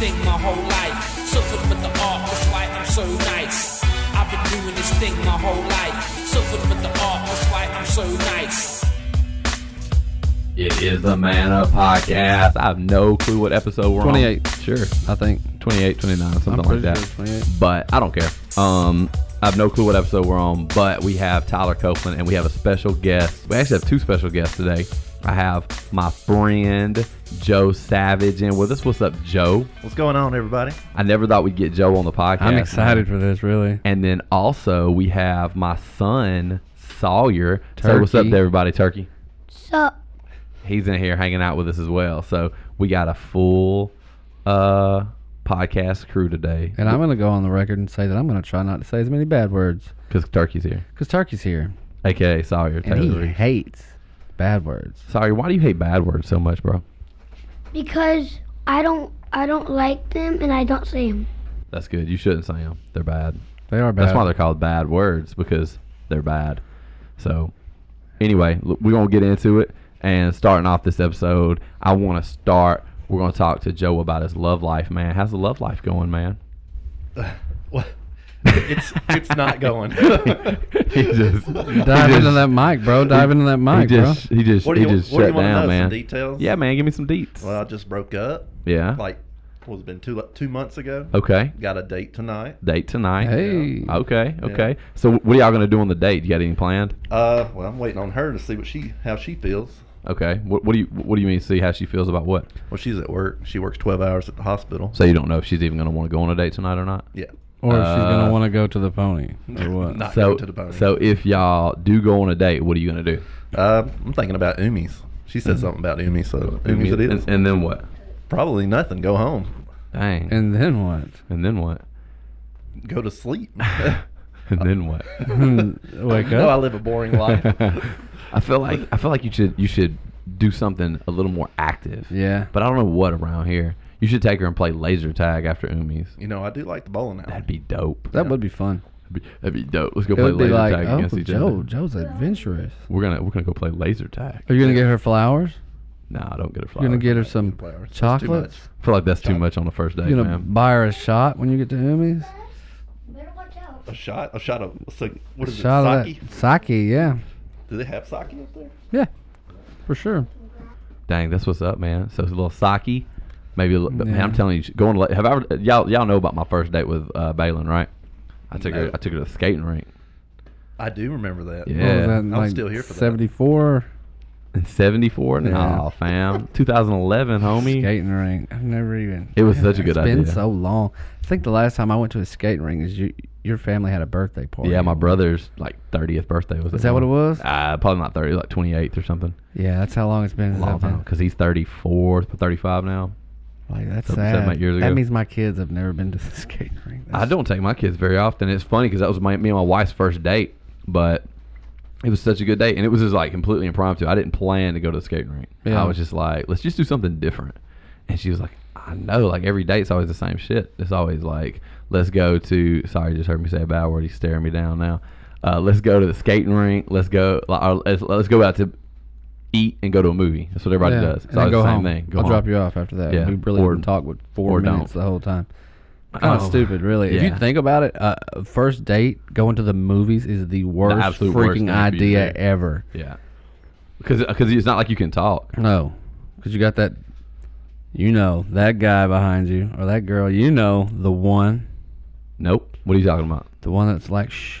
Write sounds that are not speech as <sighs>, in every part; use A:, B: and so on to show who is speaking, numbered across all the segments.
A: thing my whole life. Suffered for the art, that's why I'm so nice. I've been doing this thing my whole life. Suffered for the art, that's why I'm so nice.
B: It is the Man Up Podcast. I have no clue what episode we're on.
C: 28, sure. I think.
B: 28, 29, something like
C: pretty
B: that.
C: sure it's 28.
B: But I don't care. Um, I have no clue what episode we're on, but we have Tyler Copeland and we have a special guest. We actually have two special guests today. I have my friend Joe Savage in with us. What's up, Joe?
D: What's going
B: <laughs>
D: on, everybody?
B: I never thought we'd get Joe on the podcast.
C: I'm excited for this, really.
B: And then also we have my son Sawyer. Say what's up
C: Turkey.
B: to everybody, Turkey.
E: So,
B: he's in here hanging out with us as well. So we got a full uh podcast crew today
C: And I'm going to go on the record and say that I'm going to try not to say as many bad words
B: because Turkey's here,
C: because Turkey's here.
B: aka Sawyer
C: And
B: Taylor.
C: he
B: Reed.
C: hates bad words.
B: Sawyer, why do you hate bad words so much, bro?
E: because I don't, I don't like them and I don't say them.
B: That's good. You shouldn't say them. They're bad.
C: They are bad.
B: That's why they're called bad words because they're bad. So anyway, l- we're gonna get into it. And starting off this episode, I want to start. We're gonna talk to Joe about his love life, man. How's the love life going, man?
D: Well, it's it's not
B: <laughs>
D: going.
B: he just
C: <laughs> Dive
B: he
C: into
B: just-
C: that mic,
B: <laughs>
C: bro. Dive into that mic,
B: he
C: bro.
B: just, He just,
D: What do
B: he
D: you-
B: just
D: what do you
B: shut
D: wanna know?
B: down,
D: Some
B: man.
D: details?
B: Yeah, man. Give me some deets.
D: well, I just broke up.
B: yeah. Oh.
D: Like, what was it been two two months ago?
B: okay.
D: Got a date tonight.
B: Date tonight.
C: Hey.
B: Okay. Okay. So what are y'all gonna do on the date? You got anything planned?
D: Uh, well, I'm waiting on her to see what she how she feels.
B: Okay. What, what do you What do you mean? See how she feels about what?
D: Well, she's at work. She works 12 hours at the hospital.
B: So you don't know if she's even gonna want to go on a date tonight or not.
D: Yeah.
C: Or if she's going
B: Uh,
C: to want to go to the pony
B: <laughs>
C: or what.
D: Not
B: So
D: going to the bone.
B: so if y'all do go on a date, what are you gonna do?
D: uh, I'm thinking about Umis. She said something about Umi, so Umi's it is.
B: Mm-hmm. and, and then what?
D: Probably nothing. Go home.
B: Dang. And,
C: And
B: <laughs>
C: then what?
B: then what?
D: Go
B: <laughs>
D: to sleep.
B: And then
C: <laughs>
B: what? Mm-hmm.
D: <laughs>
C: Wake up.
D: no, I live a boring
B: <laughs>
D: life.
B: I feel like I feel like you should you should do something a little more active.
C: yeah.
B: But I don't know what around here. You should take her and play laser tag after Umi's.
D: you know, I do like the bowling alley.
B: That'd be dope.
C: That would be fun.
B: That'd be, that'd be dope. Let's go
C: It
B: play
C: would be
B: laser
C: like,
B: tag
C: oh,
B: against each
C: Joe,
B: other.
C: Joe's adventurous.
B: We're gonna we're gonna go play laser tag.
C: Are you going to get her flowers?
B: No, I don't get a flower.
C: You're going to get her some
D: Flowers. That's too much.
C: chocolates?
B: I feel like that's too much on the first date,
C: You gonna
B: man.
C: buy her a shot when you get to Umi's?
E: Better watch out.
D: A shot, a shot of so what is
C: Shot
D: it?
C: of
D: Sake?
C: that sake, yeah,
D: Do they have sake up there?
C: yeah, for sure.
B: Dang, that's what's up, man. So it's a little sake, maybe. A little, but man, I'm
C: Yeah.
B: telling you, going to have I ever, y'all y'all know about my first date with uh, Balin, right? I took her
D: No.
B: I took her to the skating rink
D: I do remember that.
B: Yeah.
D: I'm still here for that.
C: Seventy-four
B: in '74.
C: Yeah.
B: Nah, fam, 2011, homie.
C: skating rink. I've never even.
B: It was such a good
C: it's Been
B: idea.
C: so long. I think the last time I went to a skating rink is you. Your family had a birthday party.
B: Yeah, my brother's like 30th birthday was.
C: Is that what it was?
B: Uh, probably not 30, like 28th or something.
C: Yeah, that's how long it's been. since
B: long
C: I've been-
B: time because he's 34, 35 now.
C: Like that's
B: Seven- seven,
C: sad.
B: eight years
C: That
B: ago.
C: means my kids have never been to the <laughs> skating rink.
B: I
C: That's-
B: don't take my kids very often. It's funny because that was my me and my wife's first date, but it was such a good date, and it was just like completely impromptu. I didn't plan to go to the skating rink.
C: Yeah.
B: I was just like, let's just do something different. And she was like, I know, like every date's always the same shit. It's always like, let's go to. Sorry, you just heard me say a bad word. He's staring me down now. Uh, let's go to the skating rink. Let's go. like, or Let's, let's go out to eat and go to a movie. That's what everybody
C: Yeah,
B: does.
C: and
B: It's
C: then
B: always
C: go
B: the same
C: home.
B: thing. Go
C: I'll
B: home.
C: drop you off after that.
B: Yeah,
C: We really
B: or-
C: haven't talked with
B: or
C: four
B: don't.
C: minutes the whole time. Kind of
B: Oh,
C: stupid, really. If
B: yeah.
C: you think about it, uh, first date going to the movies is the worst
B: absolute
C: freaking
B: worst thing for you to
C: idea
B: do.
C: ever.
B: Yeah. Because it's not like you can talk.
C: No, because you got that, you know, that guy behind you or that girl, you know, the one,
B: Nope. What are you talking about?
C: the one that's like shh,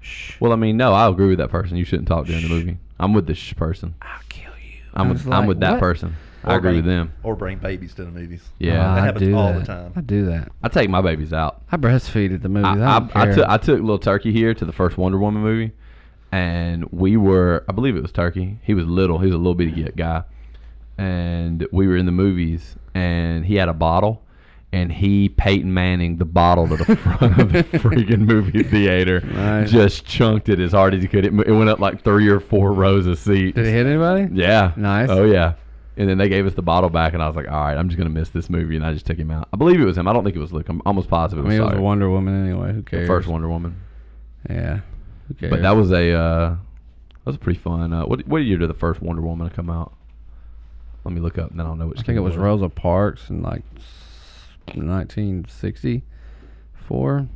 C: shh,
B: Well, I mean, no, I agree with that person. You shouldn't talk during the movie. I'm with the sh person.
C: I'll kill you.
B: I'm
C: I
B: with,
C: was
B: I'm
C: like,
B: with that
C: what?
B: person. I
D: Or
B: agree with
D: bring-
B: them.
D: Or bring babies to the movies.
B: Yeah.
C: Ah,
D: That
C: I
D: happens
C: do
D: all the
C: that.
D: time.
C: I do that.
B: I take my babies out.
C: I breastfeed at the movies. I,
B: I,
C: don't
B: I, I,
C: care.
B: took, I took little Turkey here to the first Wonder Woman movie, and we were, I believe it was Turkey. He was little. He was a little bitty git guy. And we were in the movies, and he had a bottle, and he Peyton Manning the bottle to
C: <laughs>
B: the front of the freaking movie theater.
C: Nice.
B: Just chunked it as hard as he could. It, mo- it went up like three or four rows of seats.
C: Did it hit anybody?
B: Yeah.
C: Nice.
B: Oh yeah. And then they gave us the bottle back, and I was like, "All right, I'm just gonna miss this movie," and I just took him out. I believe it was him. I don't think it was Luke. I'm almost positive.
C: I mean, it was
B: Sawyer.
C: Wonder Woman anyway. Who
B: the
C: cares?
B: first Wonder Woman.
C: Yeah. Who cares?
B: But that was a uh, that was pretty fun. Uh, what what year did the first Wonder Woman come out? Let me look up, and then I'll know which.
C: I think it was Rosa Parks and like 1964.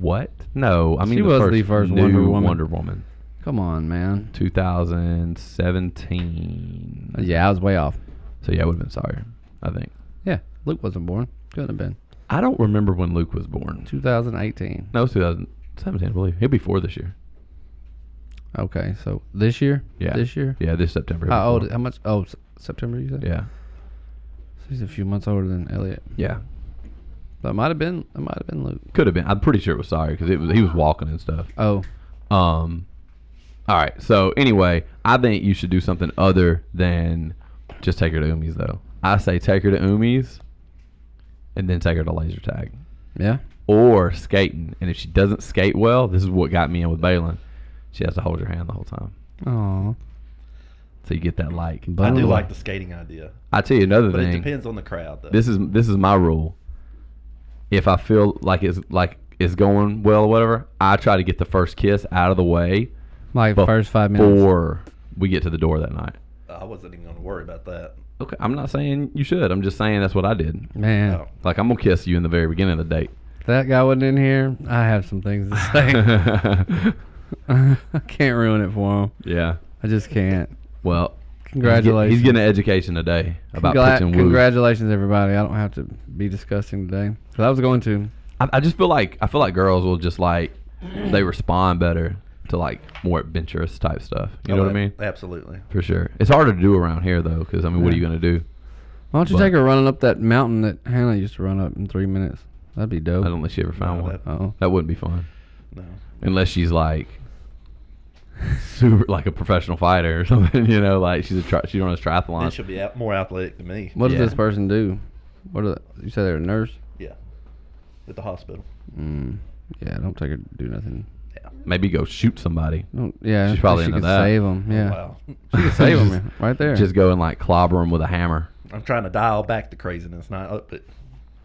B: What? No, I mean
C: She
B: the
C: was
B: first
C: the first
B: new
C: Wonder Woman.
B: Wonder Woman.
C: Come on, man.
B: 2017.
C: Yeah, I was way off.
B: So yeah, I would have been sorry. I think.
C: Yeah, Luke wasn't born. Couldn't have been.
B: I don't remember when Luke was born.
C: 2018.
B: No, it was 2017, I believe. He'll be four this year.
C: Okay, so this year?
B: Yeah.
C: This year?
B: Yeah, this September. he'll be
C: How
B: four.
C: old? How much? Oh, S- September, you said?
B: Yeah.
C: So he's a few months older than Elliot.
B: Yeah.
C: That might have been. That might have been Luke.
B: Could have been. I'm pretty sure it was sorry because it was he was walking and stuff.
C: Oh,
B: Um. All right. So anyway, I think you should do something other than just take her to Umi's though. I say take her to Umi's, and then take her to laser tag
C: yeah.
B: or skating. And if she doesn't skate well, this is what got me in with Balin. She has to hold your hand the whole time,
C: Oh,
B: so you get that like.
D: I do
C: Ooh.
D: like the skating idea,
B: I tell you another
D: but it
B: thing.
D: depends on the crowd though.
B: This is this is my rule. If I feel like it's like it's going well or whatever, I try to get the first kiss out of the way
C: like
B: before
C: first five minutes.
B: we get to the door that night.
D: I wasn't even going to worry about that.
B: Okay, I'm not saying you should. I'm just saying that's what I did.
C: Man,
D: No.
B: Like I'm gonna kiss you in the very beginning of the date.
C: if that guy wasn't in here. I have some things to
B: <laughs>
C: say. I can't ruin it for him.
B: yeah. I
C: I just can't.
B: well. he's get-
C: Congratulations.
B: He's getting an education today about
C: Congla-
B: pitching woo.
C: congratulations, everybody. I don't have to be discussing today. 'Cause I was going to.
B: I, I just feel like I feel like girls will just like they respond better to like more adventurous type stuff. You know
D: Oh,
B: what I mean?
D: Absolutely.
B: For sure. It's harder to do around here though, because I mean, what are you gonna do?
C: Why don't you
B: But-
C: take her running up that mountain that Hannah used to run up in three minutes? That'd be
B: I
C: dope.
B: don't think she ever found
D: No,
B: one.
D: that-
C: Oh,
B: That wouldn't be fun
D: No.
B: unless she's like super like a professional fighter or <laughs> something. You know, like she's a tri- she runs
D: Then
B: triathlon.
D: she'll be out, more athletic than me.
C: what
B: Yeah.
C: does this person do? What are the, you said they're a nurse?
D: Yeah. At the hospital.
C: Mm, yeah, don't take her to do nothing.
B: Maybe go shoot somebody.
C: Don't, yeah,
B: She's
C: but
B: probably
C: she
B: into
C: could
B: that. Oh,
C: save them. Yeah,
D: Wow.
C: she could save them right
B: <laughs>
C: there.
B: Just go and like clobber them with a hammer.
D: I'm trying to dial back the craziness, not uh, up it.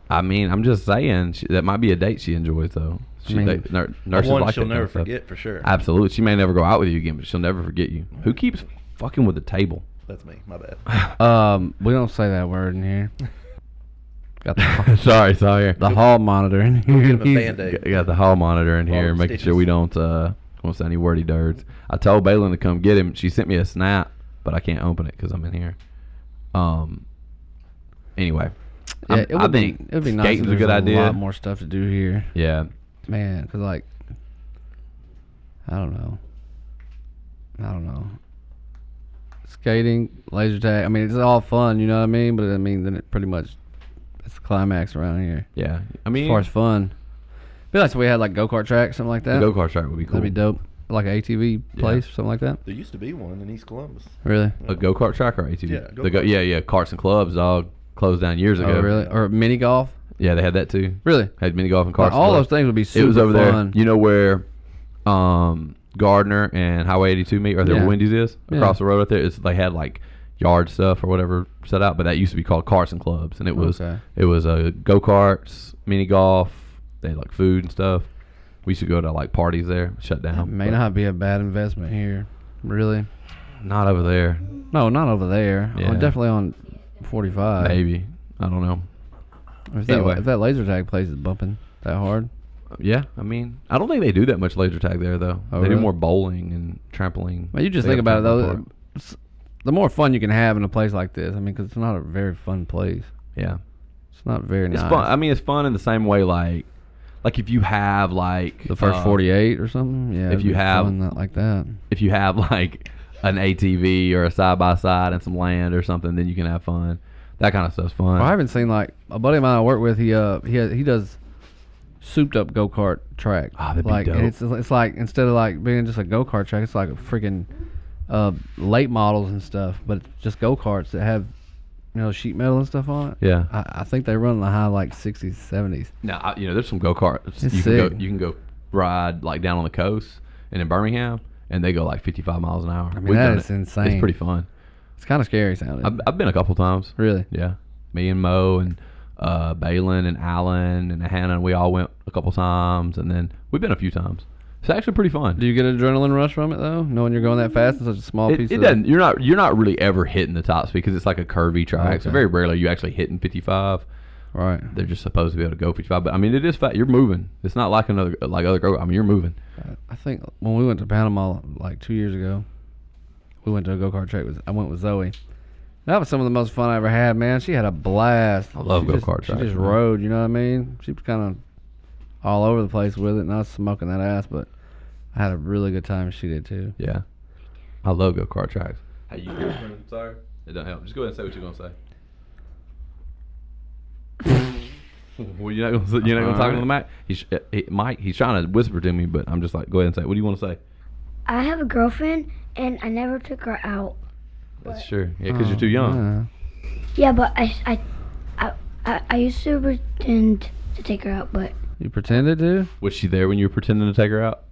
B: I mean, I'm just saying she, that might be a date she enjoys though. She,
C: mean-
B: they, nur- nurses
D: One
B: like
D: she'll
B: that kind
D: never
B: of stuff.
D: forget for sure.
B: Absolutely, she may never go out with you again, but she'll never forget you. Who keeps fucking with the table?
D: That's me. My bad.
C: um, we don't say that word in here. Got the,
B: sorry, sorry. <laughs>
C: the hall monitor in here.
D: Give him a band-aid.
B: G- got the hall monitor in here,
D: the
B: making sure we
D: stitches.
B: don't uh don't say any wordy dirts. I told Balin to come get him. She sent me a snap, but I can't open it because I'm in here. Um. Anyway, I'm-
C: Yeah, it
B: I
C: would be,
B: think
C: it would be nice. if
B: skating's a
C: there's
B: good idea.
C: A lot more stuff to do here,
B: yeah,
C: man. Because like, I don't know, I don't know. Skating, laser tag. I mean, it's all fun. You know what I mean? But I mean, then it pretty much it's the climax around here
B: yeah. I
C: as
B: mean,
C: far as fun. Be like if we had like go kart track, something like that.
B: the go kart track would be cool.
C: That'd be dope. Like an ATV place, or something like that.
D: There used to be one in East Columbus.
C: Really?
B: A go kart track or ATV?
D: Yeah,
B: The go-
D: go-kart.
B: yeah, yeah. Carts and clubs, dog. Closed down years ago.
C: Oh, really? Or mini golf?
B: Yeah, they had that too.
C: Really?
B: Had mini golf and
C: Like,
B: carts. and
C: all those
B: clubs.
C: things would be super
B: It was over
C: fun.
B: there. You know where um, Gardner and Highway 82 meet, or there
C: Yeah.
B: Wendy's is
C: Yeah.
B: across the road right there. It's, they had like yard stuff or whatever set out, but that used to be called carts and clubs, and it was
C: Okay.
B: it was uh, go karts, mini golf. They had like food and stuff. We used to go to like parties there. Shut
C: That
B: down.
C: may
B: but
C: not be a bad investment here. Really?
B: not over there.
C: No, not over there.
B: Yeah.
C: Oh, definitely on 45.
B: Maybe I don't know.
C: If that,
B: Anyway.
C: if that laser tag place is bumping that hard.
B: Yeah, I mean, I don't think they do that much laser tag there though.
C: Oh,
B: they do
C: really?
B: more bowling and trampoline.
C: Well, you just
B: They
C: think
B: got
C: about it,
B: trampoline
C: though.
B: park.
C: It's- The more fun you can have in a place like this, I mean, because it's not a very fun place.
B: Yeah,
C: It's not very
B: it's
C: nice.
B: fun. I mean, it's fun in the same way like, like if you have like
C: the first
B: uh,
C: 48 or something? Yeah. it'd
B: you
C: be
B: have-
C: Fun, not like that.
B: If you have <laughs> like an ATV or a side by side and some land or something, then you can have fun. That kind of stuff's fun.
C: Well, I haven't seen, like, a buddy of mine I work with, he, uh, he, he does souped up go kart track.
B: Ah, that'd be
C: like,
B: dope.
C: And it's, it's like, instead of like being just a go kart track, it's like a freaking uh, late models and stuff, but it's just go karts that have, you know, sheet metal and stuff on it.
B: Yeah.
C: I, I think they run in the high like 60s, 70s.
B: Now I, you know, there's some go karts. You
C: It's
B: can go,
C: sick.
B: you can go ride like down on the coast and in Birmingham, and they go like 55 miles an hour. I
C: mean, that is
B: It's
C: insane.
B: pretty fun.
C: It's kind of scary sounding.
B: I've, I've been a couple times.
C: really?
B: Yeah. Me and Mo and uh, Balin and Alan and Hannah, we all went a couple times, and then we've been a few times. It's actually pretty fun.
C: Do you get an adrenaline rush from it though, knowing you're going that fast in such a small
B: it,
C: piece?
B: it
C: of
B: doesn't. You're not. You're not really ever hitting the top speed because it's like a curvy track. So
C: Okay.
B: very rarely are you actually hitting 55.
C: Right.
B: They're just supposed to be able to go 55. But I mean, it is fat. You're moving. It's not like another like other go. I mean, you're moving.
C: I think when we went to Panama like two years ago, we went to a go kart track. With I went with Zoe. That was some of the most fun I ever had, man. She had a blast. I
B: love
C: go
B: go-kart
C: She
B: tracks,
C: just
B: man.
C: rode, you know what I mean? She was kind of all over the place with it, and I was smoking that ass, but I had a really good time. She did too.
B: Yeah. I love go kart tracks. Hey, you <clears throat> girlfriend, sorry. It don't help. Just go ahead and say what you're gonna say. <laughs> well, you're not gonna you're not gonna talk to the mic. He's uh, he, Mike. He's trying to whisper to me, but I'm just like, go ahead and say. it. What do you want to say?
E: I have a girlfriend, and I never took her out.
B: That's sure. Oh, Yeah, because you're too young.
C: Yeah.
E: Yeah, but I, I, I, I, I used to pretend to take her out, but
C: You pretended to?
B: Was she there when you were pretending to take her out?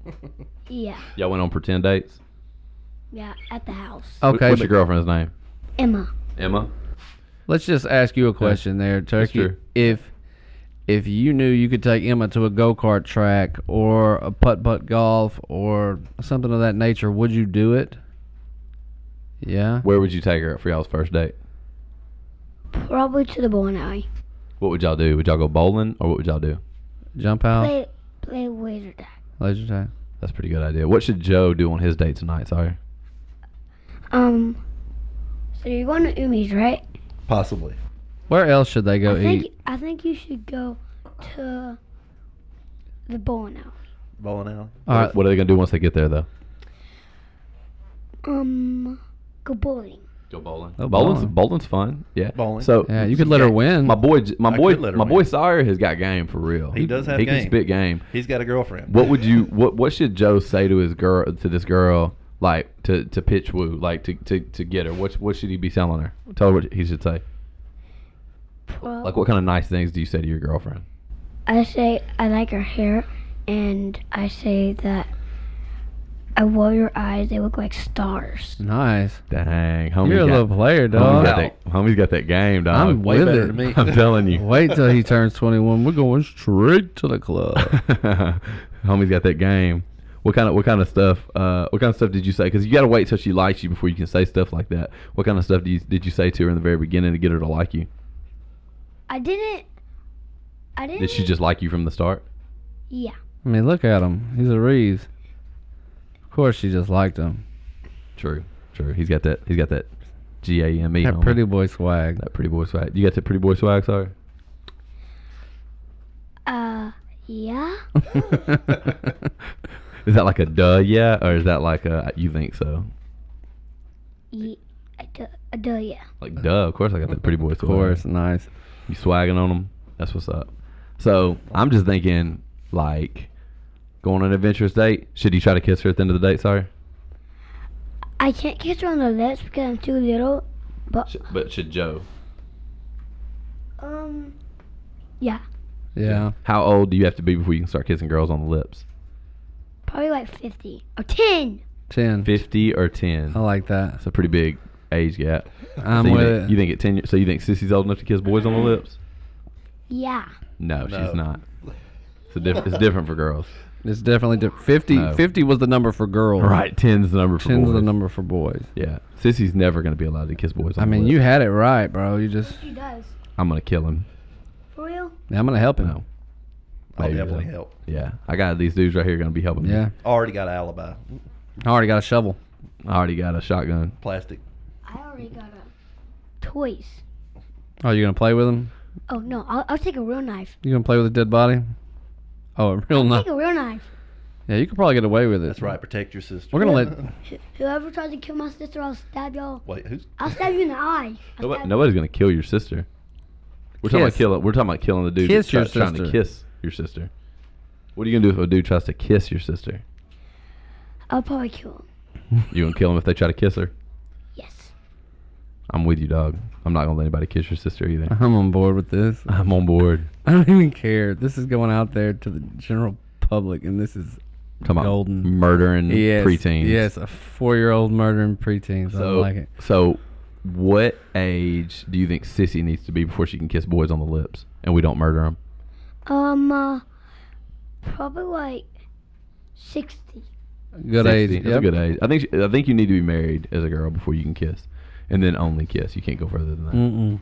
E: yeah,
B: Y'all went on pretend dates.
E: yeah, at the house.
B: Wh-
C: Okay.
B: What's your
C: but
B: girlfriend's name?
E: Emma.
B: Emma.
C: Let's just ask you a question there, Turkey.
B: true.
C: If if you knew you could take Emma to a go kart track or a putt putt golf or something of that nature, would you do it? Yeah.
B: Where would you take her for y'all's first date?
E: Probably to the bowling alley.
B: What would y'all do? Would y'all go bowling or what would y'all do?
C: Jump out.
E: Play, play laser tag.
C: Laser tag.
B: That's a pretty good idea. What should Joe do on his date tonight? Sorry.
E: Um. So you're going to Umi's, right?
D: Possibly.
C: Where else should they go
E: I
C: eat?
E: think I think you should go to the bowling alley.
D: Bowling alley.
C: All right.
B: What are they gonna do once they get there though?
E: Um, go bowling.
B: Go bowling.
C: Oh,
B: bowling's
C: bowling.
B: bowling's fun. Yeah.
D: Bowling.
B: So
C: Yeah, you could let her win.
B: my boy, J- my
D: I
B: boy,
D: could let her
B: my boy
D: win.
B: Sawyer has got game for real.
D: He does have
B: he can
D: game.
B: spit game.
D: He's got a girlfriend.
B: What would you? What What should Joe say to his girl? To this girl, like to to pitch woo, like to to, to get her. What What should he be telling her? Tell her what he should say.
E: Pro-
B: Like what kind of nice things do you say to your girlfriend?
E: I say I like her hair, and I say that I love your eyes. They look like stars.
C: Nice.
B: Dang, homie,
C: You're a
B: got,
C: little player,
B: homie's
C: dog.
B: got that, homie's got that game, dog.
C: I'm
D: Way
C: with
D: better
C: it.
D: than me.
B: I'm telling
C: <laughs>
B: you.
C: Wait till he turns 21. We're going straight to
B: <laughs>
C: the club.
B: Homie's got that game. What kind of what kind of stuff? Uh, what kind of stuff did you say? Because you gotta wait till she likes you before you can say stuff like that. What kind of stuff do you, did you say to her in the very beginning to get her to like you?
E: I didn't. I didn't.
B: Did she just like you from the start?
E: Yeah.
C: I mean, look at him. He's a Reeves. Of course, she just liked him.
B: True, true. He's got that. He's got that. G A M E.
C: That
B: homie.
C: pretty boy swag.
B: That pretty boy swag. You got that pretty boy swag,
C: <laughs>
B: sorry.
E: Uh. Yeah.
B: <laughs> Is that like a duh yeah, or is that like a you think so?
E: Ye- I do. I do. Yeah.
B: Like duh, of course I got that pretty boy swag.
C: Of course, nice.
B: You swagging on them. That's what's up. So I'm just thinking, like, going on an adventurous date. Should you try to kiss her at the end of the date? Sorry,
E: I can't kiss her on the lips because I'm too little. But
B: but should Joe?
E: um. Yeah.
C: Yeah.
B: How old do you have to be before you can start kissing girls on the lips?
E: Probably like fifty or ten.
C: 10.
B: Fifty or ten?
C: I like that.
B: That's a pretty big age gap.
C: Oh. I'm
B: so you
C: with
B: think,
C: it.
B: you think at ten? year- So you think Sissy's old enough to kiss boys on the lips?
E: Yeah.
B: No,
D: No.
B: she's not. It's, a diff- it's different for
C: <laughs>
B: girls.
C: It's definitely di- 50.
B: No.
C: 50 was the number for girls.
B: Right, ten's the number for
C: 10
B: boys.
C: is the number for boys.
B: Yeah, Sissy's never gonna be allowed to kiss boys. On
C: I
B: the
C: mean,
B: lips.
C: you had it right, bro. You just.
E: She does.
B: I'm gonna kill him.
E: For real?
C: Yeah, I'm going to help him.
B: No.
D: I'll
B: Maybe
D: definitely
B: so.
D: help.
B: Yeah, I got these dudes right here gonna be helping.
C: Yeah.
B: me.
D: Already got an alibi.
C: I already got a shovel.
B: I already got a shotgun.
D: Plastic.
E: I already got a toys.
C: Oh, you going to play with him?
E: Oh no, I'll, I'll take a real knife.
C: You going to play with a dead body? Oh, <laughs> a real knife.
E: Take a real knife.
C: Yeah, you could probably get away with it.
D: That's right. Protect your sister.
C: We're going to let.
E: Whoever tries to kill my sister, I'll stab y'all.
D: <laughs> Wait, who's?
E: I'll stab you in the eye. I'll
B: Nobody,
E: stab-
B: nobody's gonna kill your sister. We're talking about
C: Kiss.
B: killing. We're talking about killing the dude
C: Kiss
B: that's try-
C: your
B: trying to
C: sister.
B: kiss your sister. What are you gonna do if a dude tries to kiss your sister?
E: I'll probably kill him.
B: You gonna kill him if they try to kiss her?
E: Yes.
B: I'm with you, dog. I'm not gonna let anybody kiss your sister either.
C: I'm on board with this. <laughs>
B: I'm on board.
C: I don't even care. This is going out there to the general public, and this is
B: Come on,
C: Golden.
B: murdering
C: yes,
B: Mm, preteens.
C: Yes, a four-year-old murdering preteens. I
B: So,
C: don't like it.
B: so what age do you think Sissy needs to be before she can kiss boys on the lips and we don't murder them?
E: Um, uh, probably like sixty.
C: Good age.
B: That's
C: yep.
B: a good age. I think she, I think you need to be married as a girl before you can kiss, and then only kiss. You can't go further than that.
C: Mm-mm.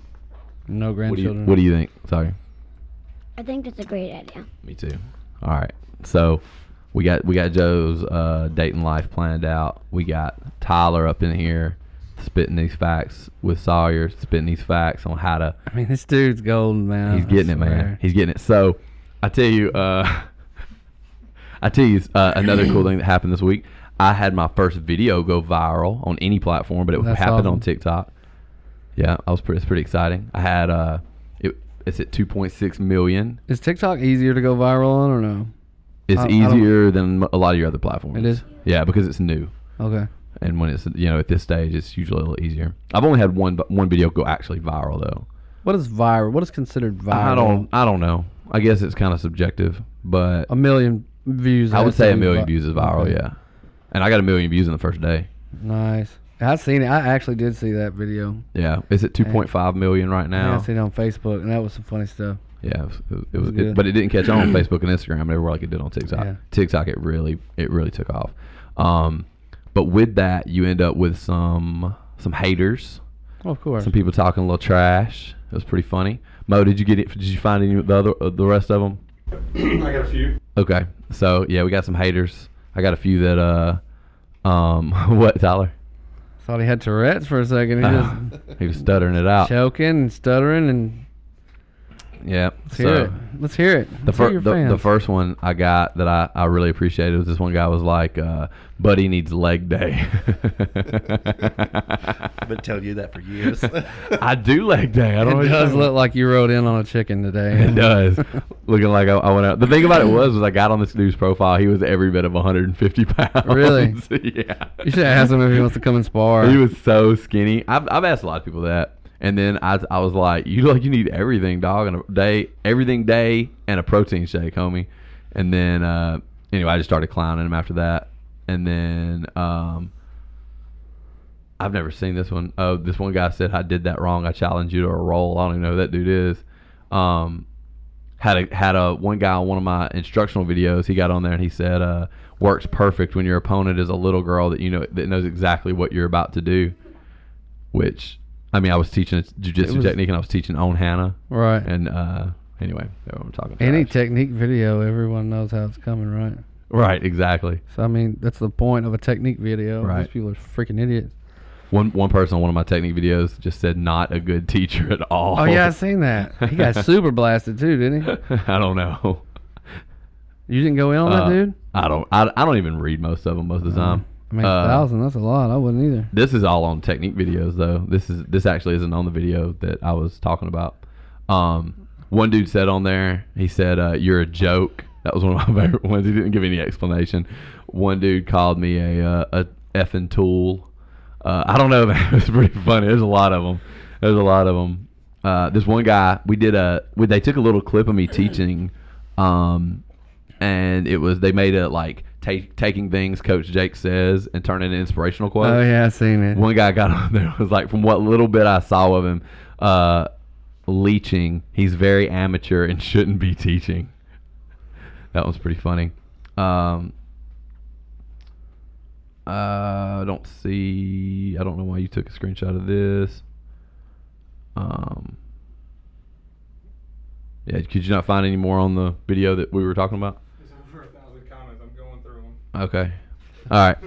C: No
B: What do you
C: grandchildren.
B: What do you think? Sorry.
E: I think that's a great idea.
B: Me too. All right. So we got we got Joe's uh, date and life planned out. We got Tyler up in here spitting these facts with Sawyer spitting these facts on how to.
C: <laughs> I mean, this dude's golden, man.
B: He's
C: Oh, I
B: getting it, man.
C: swear.
B: He's getting it. So I tell you, uh, <laughs> I tell you uh, another cool thing that happened this week. I had my first video go viral on any platform, but it
C: That's
B: happened on
C: awesome.
B: TikTok. Yeah, I was pretty. It's pretty exciting. I had uh, it, it's at 2.6 million.
C: Is TikTok easier to go viral on or no?
B: It's
C: I- I don't-
B: easier than a lot of your other platforms.
C: It is?
B: Yeah, because it's new,
C: Okay.
B: and when it's you know at this stage, it's usually a little easier. I've only had one one video go actually viral though.
C: What is viral? What is considered viral?
B: I don't. I don't know. I guess it's kind of subjective, but
C: A million views.
B: I would
C: has
B: say
C: to
B: a
C: be
B: million
C: vi-
B: views is viral.
C: Okay.
B: Yeah, and I got a million views in the first day.
C: Nice. I seen it. I actually did see that video.
B: Yeah, it's at 2.5 million right
C: Yeah, I
B: now.
C: seen it on Facebook, and that was some funny stuff.
B: Yeah, it was, it was,
C: It was
B: it-
C: good.
B: but it didn't catch on
C: <clears throat>
B: on Facebook and Instagram and everywhere like it did on TikTok.
C: Yeah.
B: TikTok, it really, it really took off. Um, but with that, you end up with some some haters,
C: Oh, of course.
B: some people talking a little trash. It was pretty funny. Mo, did you get it? Did you find any of the other, uh, the rest of them?
D: <clears throat>
F: I got a few.
B: Okay, so yeah, we got some haters. I got a few that uh, um, <laughs> what Tyler?
C: Thought he had Tourette's for a second. He
B: Uh, <laughs>
C: just
B: he was stuttering it out.
C: choking and stuttering, and
B: Yeah.
C: let's hear
B: So
C: it. Let's hear it.
B: the,
C: Let's hear
B: fir-
C: your
B: the, the
C: fans.
B: first one I got that I, I really appreciated was this one guy was like, uh, "Buddy needs leg day."
D: <laughs> I've been telling you that for years.
B: <laughs> I do leg day. I don't. know what
C: It
B: you're
C: does
B: talking
C: look like you rode in on a chicken today.
B: Oh, <laughs> It does. Looking like I, I went out. The thing about it was, was I got on this dude's profile. He was every bit of 150 pounds.
C: Really?
B: <laughs> yeah.
C: <laughs> You should ask him if he wants to come and spar.
B: He was so skinny. I've, I've asked a lot of people that, and then I, I was like, you look like you need everything, dog, and a day, everything day, and a protein shake, homie. And then uh, anyway, I just started clowning him after that, and then um, I've never seen this one. Oh, this one guy said I did that wrong. I challenge you to a roll. I don't even know who that dude is. Um, had a had a one guy on one of my instructional videos. He got on there and he said, uh, "Works perfect when your opponent is a little girl that you know that knows exactly what you're about to do." Which, I mean, I was teaching a jujitsu
C: was-
B: technique and I was teaching on Hannah.
C: right.
B: And uh, anyway, that's what I'm talking.
C: Any
B: trash.
C: technique video, everyone knows how it's coming, right?
B: right? Exactly.
C: So I mean, that's the point of a technique video.
B: Right.
C: These people are freaking idiots.
B: One one person on one of my technique videos just said, "Not a good teacher at all." <laughs>
C: Oh yeah, I seen that. <laughs> He got super blasted too, didn't he?
B: I don't know.
C: You didn't go in on
B: Uh,
C: that dude. Uh-huh.
B: I don't. I, I don't even read most of them most of the time.
C: I mean,
B: uh,
C: a thousand. That's a lot. I wouldn't either.
B: This is all on technique videos though. This is this actually isn't on the video that I was talking about. Um, one dude said on there, he said, uh, "You're a joke." That was one of my <laughs> favorite ones. He didn't give any explanation. One dude called me a uh, a effing tool. Uh, I don't know, <laughs> man. It was pretty funny. There's a lot of them. There's a lot of them. Uh, this one guy, we did a, we, they took a little clip of me teaching, um, and it was they made it like take, taking things Coach Jake says and turn it into inspirational quotes.
C: Oh yeah, I seen it.
B: One guy got <laughs> on there was like, from what little bit I saw of him, uh, leeching. He's very amateur and shouldn't be teaching. That was pretty funny. Um, uh, I don't see. I don't know why you took a screenshot of this. Um, yeah, could you not find any more on the video that we were talking about?
F: There's over a thousand comments. I'm going through them.
B: Okay, all right.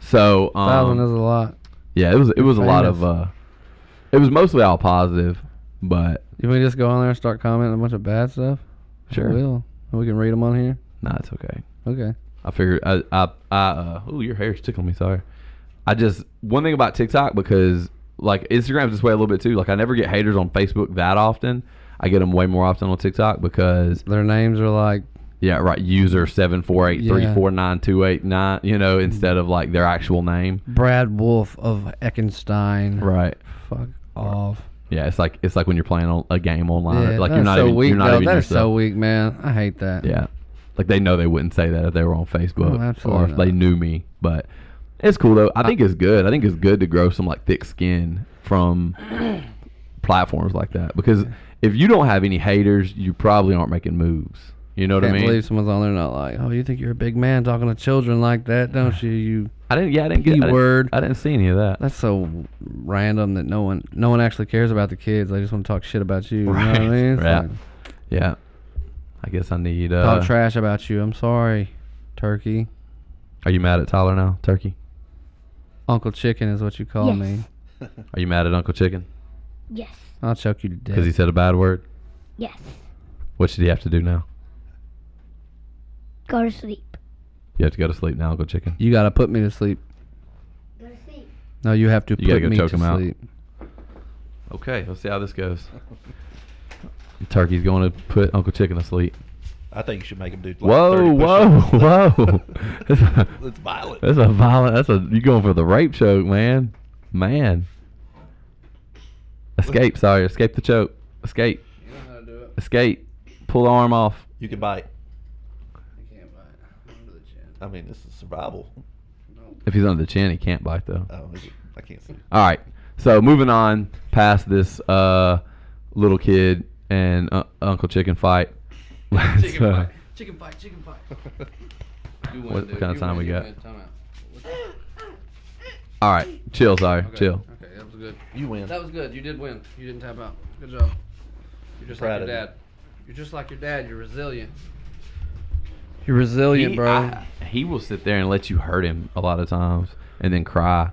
B: So um,
C: thousand is a lot.
B: yeah, it was it was a lot of
C: famous.
B: uh it was mostly all positive, but
C: You want me to just go on there and start commenting a bunch of bad stuff? I
B: Sure.
C: will. And we can read them on here.
B: nah, it's okay.
C: Okay.
B: I figured I I, I uh ooh, your hair's tickling me, sorry. I just one thing about TikTok because like Instagram's this way a little bit too. Like I never get haters on Facebook that often. I get them way more often on TikTok because
C: Their names are like
B: yeah, right, user seven four eight three
C: Yeah.
B: four nine two eight nine, you know, instead of like their actual name.
C: Brad Wolf of Eckenstein.
B: Right.
C: Fuck off.
B: Yeah, it's like it's like when you're playing on a game online.
C: Yeah,
B: Uh, like
C: that
B: you're
C: is
B: not
C: so
B: even
C: weak.
B: you're not
C: though.
B: even
C: That is
B: yourself.
C: so weak, man. I hate that.
B: Yeah. Like they know they wouldn't say that if they were on
C: Oh,
B: Facebook or
C: absolutely
B: if they
C: not.
B: knew me. But it's cool though. I think it's good. I think it's good to grow some like thick skin
C: <clears throat>
B: from platforms like that because if you don't have any haters, you probably aren't making moves. You know what
C: Can't
B: I mean?
C: believe someone's on there not like, oh, you think you're a big man talking to children like that, don't you? You.
B: I didn't. Yeah, I didn't get I didn't-
C: Keyword.
B: I didn't see any of that.
C: That's so random that no one, no one actually cares about the kids. They just want to talk shit about you. You know what I mean? It's
B: Yeah.
C: like-
B: Yeah. I guess I need. Uh,
C: Talk trash about you. I'm sorry, Turkey.
B: Are you mad at Tyler now, Turkey?
C: Uncle Chicken is what you call
E: Yes.
C: me.
B: Are you mad at Uncle Chicken
E: Yes.
C: I'll choke you to death.
B: because he said a bad word?
E: Yes.
B: What should he have to do now?
E: Go to sleep.
B: You have to go to sleep now, Uncle Chicken.
C: you gotta put me to sleep.
E: Go to sleep.
C: No, you have to
B: You gotta
C: put
B: go
C: me
B: choke
C: to
B: him out.
C: sleep.
B: Okay, let's see how this goes. <laughs> Turkey's going to put Uncle Chicken to sleep.
D: I think you should make him do. Like
B: Whoa,
D: 30
B: whoa,
D: push-ups. <laughs>
B: whoa! That's a-
D: it's violent.
B: That's a violent. That's a you going for the rape choke, man. Man. Escape. Sorry, escape the choke. Escape.
C: You know how to do it.
B: Escape. Pull the arm off.
D: You can bite.
C: You can't bite. Under the chin.
D: I mean, this is survival.
B: <laughs> If he's under the chin, he can't bite though.
D: Oh, is it? I can't
B: <laughs>
D: see.
B: All right. So moving on past this uh, little kid and uh, Uncle Chicken fight. Let's,
C: Chicken
B: uh,
C: fight. Chicken fight. Chicken fight. You
B: What-
C: dude.
B: what kind of
C: You
B: time we
C: you
B: got?
C: win. Time out.
B: <laughs> all right. Chill. Sorry. Chill.
C: Okay, that was good.
D: You win.
C: That was good. You did win. You didn't tap out. Good job. You're just
D: Proud
C: like
D: of
C: your
D: you.
C: dad. You're just like your dad. You're resilient. You're resilient, bro.
B: I- he will sit there and let you hurt him a lot of times, and then cry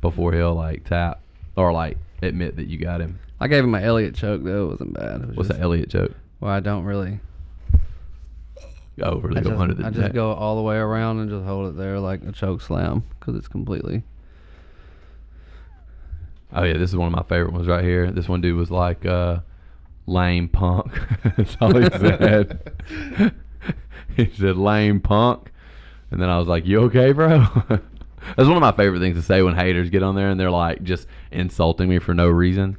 B: before he'll like tap or like admit that you got him.
C: I gave him an Elliot choke though. It wasn't bad. It was
B: What's
C: just,
B: that Elliot joke?
C: Well, I don't really.
B: Oh, really
C: I
B: go
C: just,
B: under the
C: I just
B: neck.
C: go all the way around and just hold it there like a choke slam because it's completely.
B: Oh yeah, this is one of my favorite ones right here. This one dude was like uh, lame punk. <laughs> That's all he said. <laughs> he said lame punk, and then I was like, "You okay, bro?" <laughs> That's one of my favorite things to say when haters get on there and they're like just insulting me for no reason.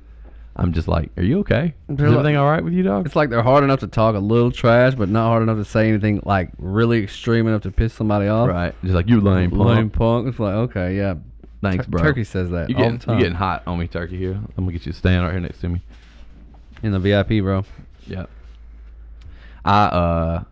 B: I'm just like, "Are you okay? Is
C: They're like-
B: everything all right with you, dog?"
C: It's like they're hard enough to talk a little trash, but not hard enough to say anything like really extreme enough to piss somebody off.
B: Right? Just like you lame punk.
C: Lame punk. It's like okay, yeah.
B: Thanks,
C: Tur-
B: bro.
C: Turkey says that
B: You
C: all
B: getting,
C: the time.
B: you getting hot on me, Turkey? Here, I'm gonna get you standing right here next to me.
C: in the VIP, bro.
B: Yeah. I uh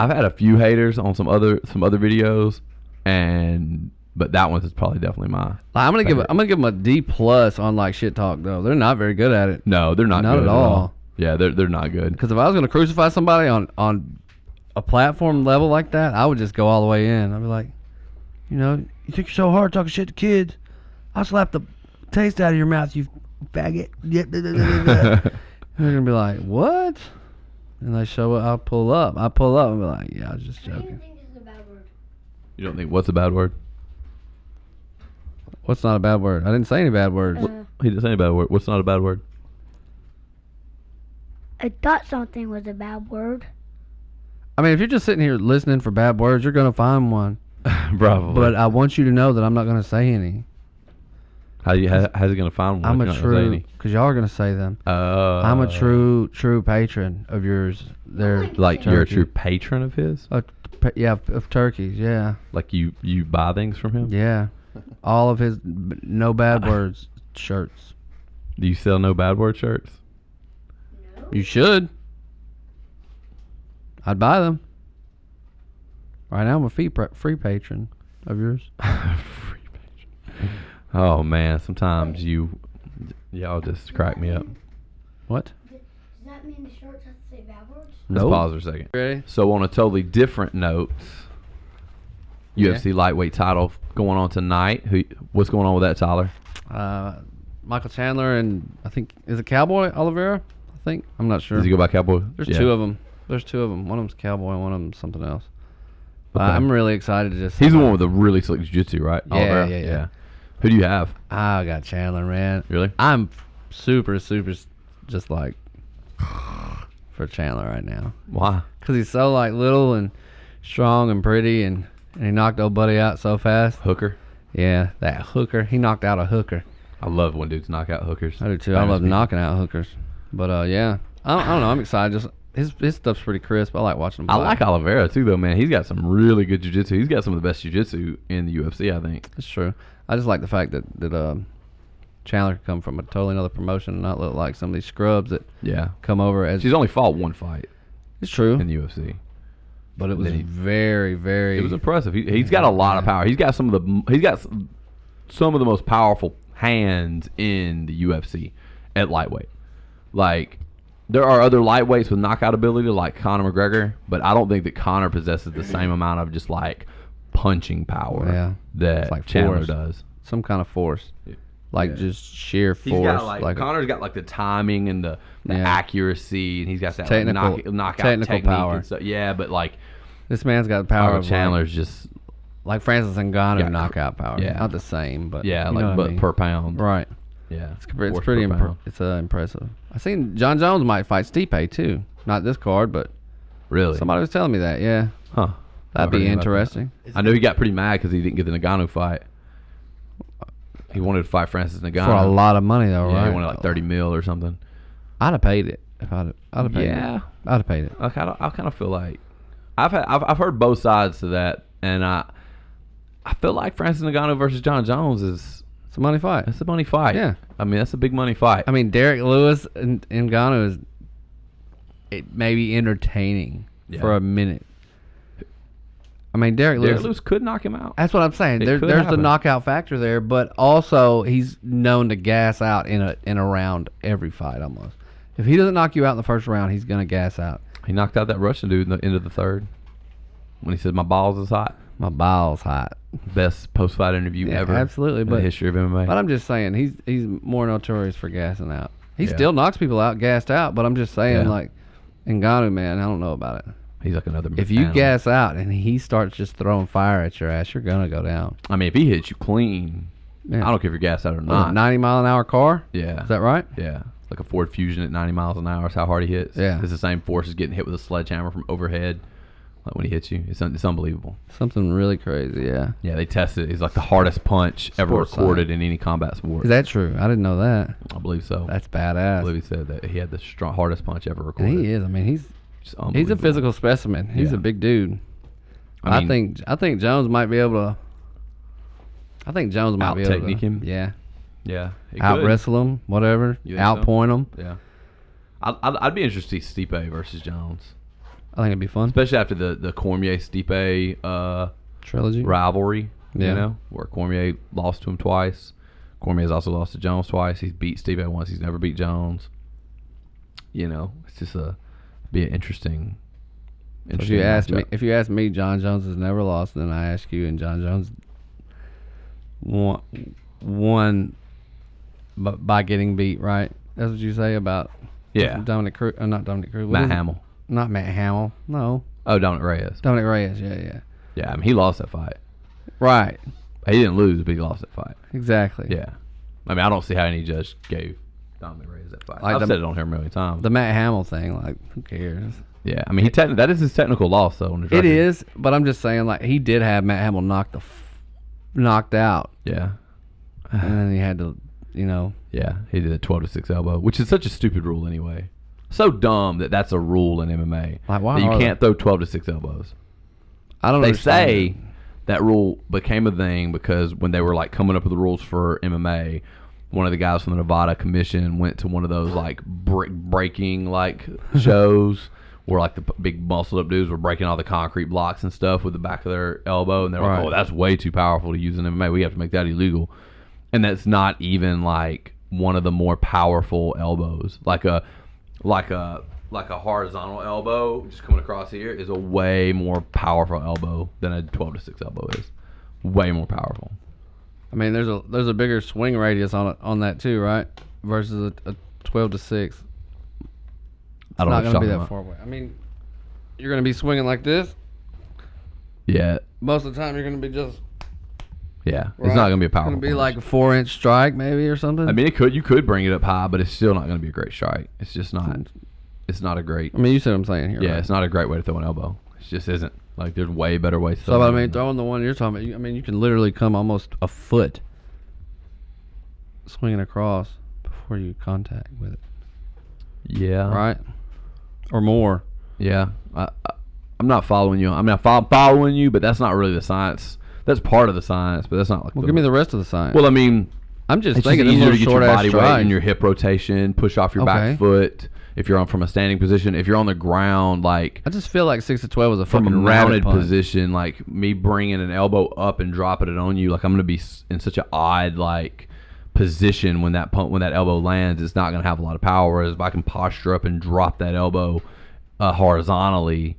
B: I've had a few haters on some other some other videos and but that one's probably definitely mine.
C: Like, I'm gonna give
B: Favorite.
C: I'm gonna give them a D plus on like shit talk though. They're not very good at it.
B: No, they're not
C: Not
B: good
C: at all.
B: Yeah, they're they're not <laughs> good.
C: Because if I was gonna crucify somebody on on a platform level like that, I would just go all the way in. I'd be like, you know, you think you're so hard talking shit to kids? I'll slap the taste out of your mouth, you faggot. <laughs> Yeah, blah, blah, blah, blah, blah." They're gonna be like, what? And they show up. I pull up. I pull up and be like, yeah, I was just joking.
E: think is a bad word.
B: You don't think what's a bad word?
C: What's not a bad word? I didn't say any bad words.
E: Uh,
B: He didn't say a bad word. What's not a bad word?
E: I thought something was a bad word.
C: I mean, if you're just sitting here listening for bad words, you're gonna find one.
B: <laughs> Probably.
C: But I want you to know that I'm not gonna say any.
B: how you how, how's he gonna find one?
C: I'm
B: if
C: a
B: you're not gonna say
C: true
B: any?
C: because y'all are gonna say them.
B: Uh,
C: I'm a true true patron of yours. There,
B: like you're a
C: Turkey.
B: true patron of his.
C: uh, pa- yeah, of, of turkeys. Yeah,
B: Like you you buy things from him.
C: yeah. All of his b- no bad words shirts.
B: Do you sell no bad word shirts?
C: You should. I'd buy them. Right now, I'm a free pra- free patron of yours.
B: Free page. Oh man, sometimes you y'all just crack me up.
C: What?
E: Does that mean the shirts have to say bad words?
B: Let's
C: Nope.
B: pause for a second.
C: Ready?
B: So on a totally different note,
C: Yeah.
B: UFC lightweight title going on tonight. Who? What's going on with that, Tyler?
C: Uh, Michael Chandler and I think is it Cowboy Oliveira? I think I'm not sure.
B: Does he go by Cowboy?
C: There's
B: Yeah.
C: two of them. There's two of them. One of them's cowboy. One of them's something else. But
B: Okay.
C: I'm really excited to just.
B: He's the one with the really slick jiu-jitsu, right?
C: Yeah,
B: Oliveira?
C: yeah, yeah.
B: Who do you have?
C: I got Chandler, man.
B: Really?
C: I'm super, super, s- just like <sighs> for Chandler right now
B: Why?
C: because he's so like little and strong and pretty and. And he knocked old buddy out so fast.
B: Hooker.
C: Yeah, that hooker. He knocked out a hooker.
B: I love when dudes knock out hookers.
C: I do too. I
B: Famous
C: love
B: people.
C: knocking out hookers. But uh, yeah, I don't, I don't know. I'm excited. Just his his stuff's pretty crisp. I like watching him.
B: I
C: fight.
B: like Oliveira too, though, man. He's got some really good jiu-jitsu. He's got some of the best jiu-jitsu in the UFC, I think.
C: It's true. I just like the fact that that um, Chandler could come from a totally another promotion and not look like some of these scrubs that
B: Yeah.
C: come over as.
B: She's only fought one fight
C: it's true,
B: in the UFC.
C: but it was
B: then he-
C: very, very.
B: It was impressive. He, he's got a lot of power. He's got some of the m- he's got s- some of the most powerful hands in the UFC at lightweight. Like there are other lightweights with knockout ability like Conor McGregor, but I don't think that Conor possesses the same amount of just like punching power
C: Yeah.
B: that
C: It's like
B: Chandler
C: force.
B: does.
C: Some kind of force, like just sheer
B: He's
C: force,
B: got like, Connor's got like the timing and the, the
C: Yeah.
B: accuracy, and he's got that
C: Technical-
B: like, knock, knockout
C: technical
B: technique
C: power.
B: And stuff. Yeah, but like
C: this man's got the power
B: Howard
C: of like-
B: Chandler's just
C: like Francis Ngannou
B: Yeah, cr-
C: knockout power.
B: yeah.
C: not the same, but
B: yeah,
C: you know
B: like
C: what I
B: but
C: mean.
B: per pound.
C: right.
B: Yeah, it's,
C: It's pretty. Impr- it's uh, impressive. I seen John Jones might fight Stipe too. Not this card, but
B: Really?
C: somebody was telling me that. Yeah,
B: huh?
C: that'd
B: I heard
C: be
B: about that.
C: interesting.
B: I know he got pretty mad because he didn't get the Nagano fight. He wanted to fight Francis Nagano
C: For a lot of money though,
B: Yeah,
C: right?
B: he wanted like thirty mil or something.
C: I'd have paid it if I'd. I'd have paid
B: Yeah.
C: it. I'd have paid it.
B: I kind of, I kind of feel like I've, had, I've I've heard both sides to that, and I I feel like Francis Nagano versus John Jones is
C: It's a money fight.
B: that's a money fight.
C: Yeah.
B: I mean that's a big money fight.
C: I mean, Derek Lewis and and Ngannou is it may be entertaining
B: Yeah.
C: for a minute. I mean, Derek
B: Derrick
C: Lewis.
B: Lewis could knock him out.
C: That's what I'm saying.
B: It
C: There,
B: could
C: there's
B: happen.
C: the knockout factor there, but also he's known to gas out in a in a round every fight almost. If he doesn't knock you out in the first round, he's gonna gas out.
B: He knocked out that Russian dude in the end of the third when he said my balls is hot.
C: My balls hot.
B: Best post fight interview
C: Yeah,
B: ever.
C: absolutely,
B: in the
C: but-
B: history of MMA.
C: But I'm just saying he's he's more notorious for gassing out. He
B: Yeah.
C: still knocks people out, gassed out. But I'm just saying
B: Yeah.
C: like, Ngannou man, I don't know about it.
B: He's like another.
C: If you
B: animal.
C: gas out and he starts just throwing fire at your ass, you're gonna go down.
B: I mean, if he hits you clean,
C: Yeah.
B: I don't care if you're gassed out or
C: What is it,
B: not.
C: 90 mile an hour car.
B: yeah,
C: Is that right?
B: Yeah, like a Ford Fusion at 90 miles an hour is how hard he hits.
C: Yeah.
B: it's the same force as getting hit with a sledgehammer from overhead. Like when he hits you, it's un- it's unbelievable.
C: Something really crazy. Yeah.
B: Yeah, they tested. it. It's like the hardest punch ever
C: Sports
B: recorded
C: science.
B: in any combat sport.
C: Is that true? I didn't know that.
B: I believe so.
C: That's
B: I
C: badass.
B: believe he said that he had the strong, hardest punch ever
C: And
B: recorded.
C: he is. I mean, he's
B: Just
C: he's a
B: unbelievable.
C: physical specimen. He's
B: Yeah.
C: a big dude.
B: I
C: I,
B: mean-
C: think I think Jones might be able to. I think Jones might be able to
B: Out-technique him?
C: Yeah,
B: Yeah, he
C: out
B: could.
C: wrestle him, whatever,
B: You think so?
C: outpoint him.
B: Yeah, I'd, I'd, I'd be interested to see Stipe versus Jones,
C: I think it'd be fun.
B: especially after the the Cormier Stipe uh,
C: Trilogy.
B: rivalry. You
C: Yeah.
B: know, where Cormier lost to him twice. Cormier's also lost to Jones twice. He's beat Stipe once. He's never beat Jones. You know, it's just a be an interesting.
C: So if you ask me, if you ask me, John Jones has never lost. Then I ask you, and John Jones won won by, by getting beat. Right? That's what you say about
B: yeah,
C: Dominic Cruz. Uh, not Dominic Cruz. what
B: Matt
C: is it?
B: Hamill.
C: Not Matt Hamill. No,
B: Oh, Dominic Reyes.
C: Dominic Reyes. Yeah, yeah.
B: Yeah, I mean, he lost that fight.
C: Right.
B: He didn't lose, but he lost that fight.
C: Exactly.
B: Yeah, I mean, I don't see how any judge gave Dominic Reyes that fight.
C: Like
B: I've
C: the-
B: said it on here a million times.
C: The Matt Hamill thing, like, who cares?
B: Yeah, I mean, he techni- that is his technical loss though. On his
C: It
B: record.
C: is, but I'm just saying, like, he did have Matt Hamill knocked the f-
B: <sighs>
C: knocked out,
B: Yeah,
C: and then he had to, you know,
B: yeah, he did a twelve to six elbow, which is such a stupid rule anyway. So dumb that that's a rule in MMA.
C: Like, why
B: that you
C: are
B: can't throw twelve to six elbows.
C: I don't.
B: They
C: understand
B: say
C: it.
B: that rule became a thing because when they were like coming up with the rules for MMA, one of the guys from the Nevada Commission went to one of those like brick breaking
C: <laughs>
B: like shows. Where like the p- big muscled up dudes were breaking all the concrete blocks and stuff with the back of their elbow, and they're like,
C: Right.
B: "Oh, that's way too powerful to use in MMA. We have to make that illegal." and that's not even like one of the more powerful elbows. Like a like a like a horizontal elbow just coming across here is a way more powerful elbow than a 12 to 6 elbow is. Way more powerful.
C: I mean, there's a there's a bigger swing radius on it on that too, right? Versus a, a 12 to six. It's
B: I don't
C: not
B: know
C: gonna
B: what
C: be
B: you're
C: that
B: talking
C: far away. I mean, you're gonna be swinging like this
B: about.
C: most of the time. You're gonna be just.
B: Yeah. Yeah.
C: right.
B: It's not going to be a powerful.
C: It's gonna be
B: punch.
C: like a four inch strike maybe or something.
B: I mean it could you could bring it up high, but it's still not going to be a great strike. It's just not it's not a great
C: I mean, you see what I'm saying here.
B: Yeah,
C: Mm. right?
B: it's not a great way to throw an elbow. It just isn't. Like there's way better ways to
C: So
B: throw
C: I
B: an
C: mean,
B: elbow.
C: throwing the one you're talking about, you, I mean, you can literally come almost a foot swinging across before you contact with it,
B: Yeah.
C: right? Or more.
B: Yeah, I, I, I'm not following you. I mean, I fo- following you, but that's not really the science. That's part of the science, but that's not like.
C: Well, give me the rest of the science.
B: Well, I mean,
C: I'm just
B: it's just
C: thinking
B: easier to
C: this
B: get
C: short
B: your body
C: ass
B: weight
C: strike.
B: and your hip rotation, push off your
C: Okay.
B: back foot. If you're on from a standing position, if you're on the ground, like
C: I just feel like six to twelve was a
B: from a
C: fucking
B: mounted
C: rabbit position.
B: position, like me bringing an elbow up and dropping it on you, like I'm gonna be s- in such an odd like position when that pump when that elbow lands, it's not going to have a lot of power. Whereas if I can posture up and drop that elbow uh, horizontally,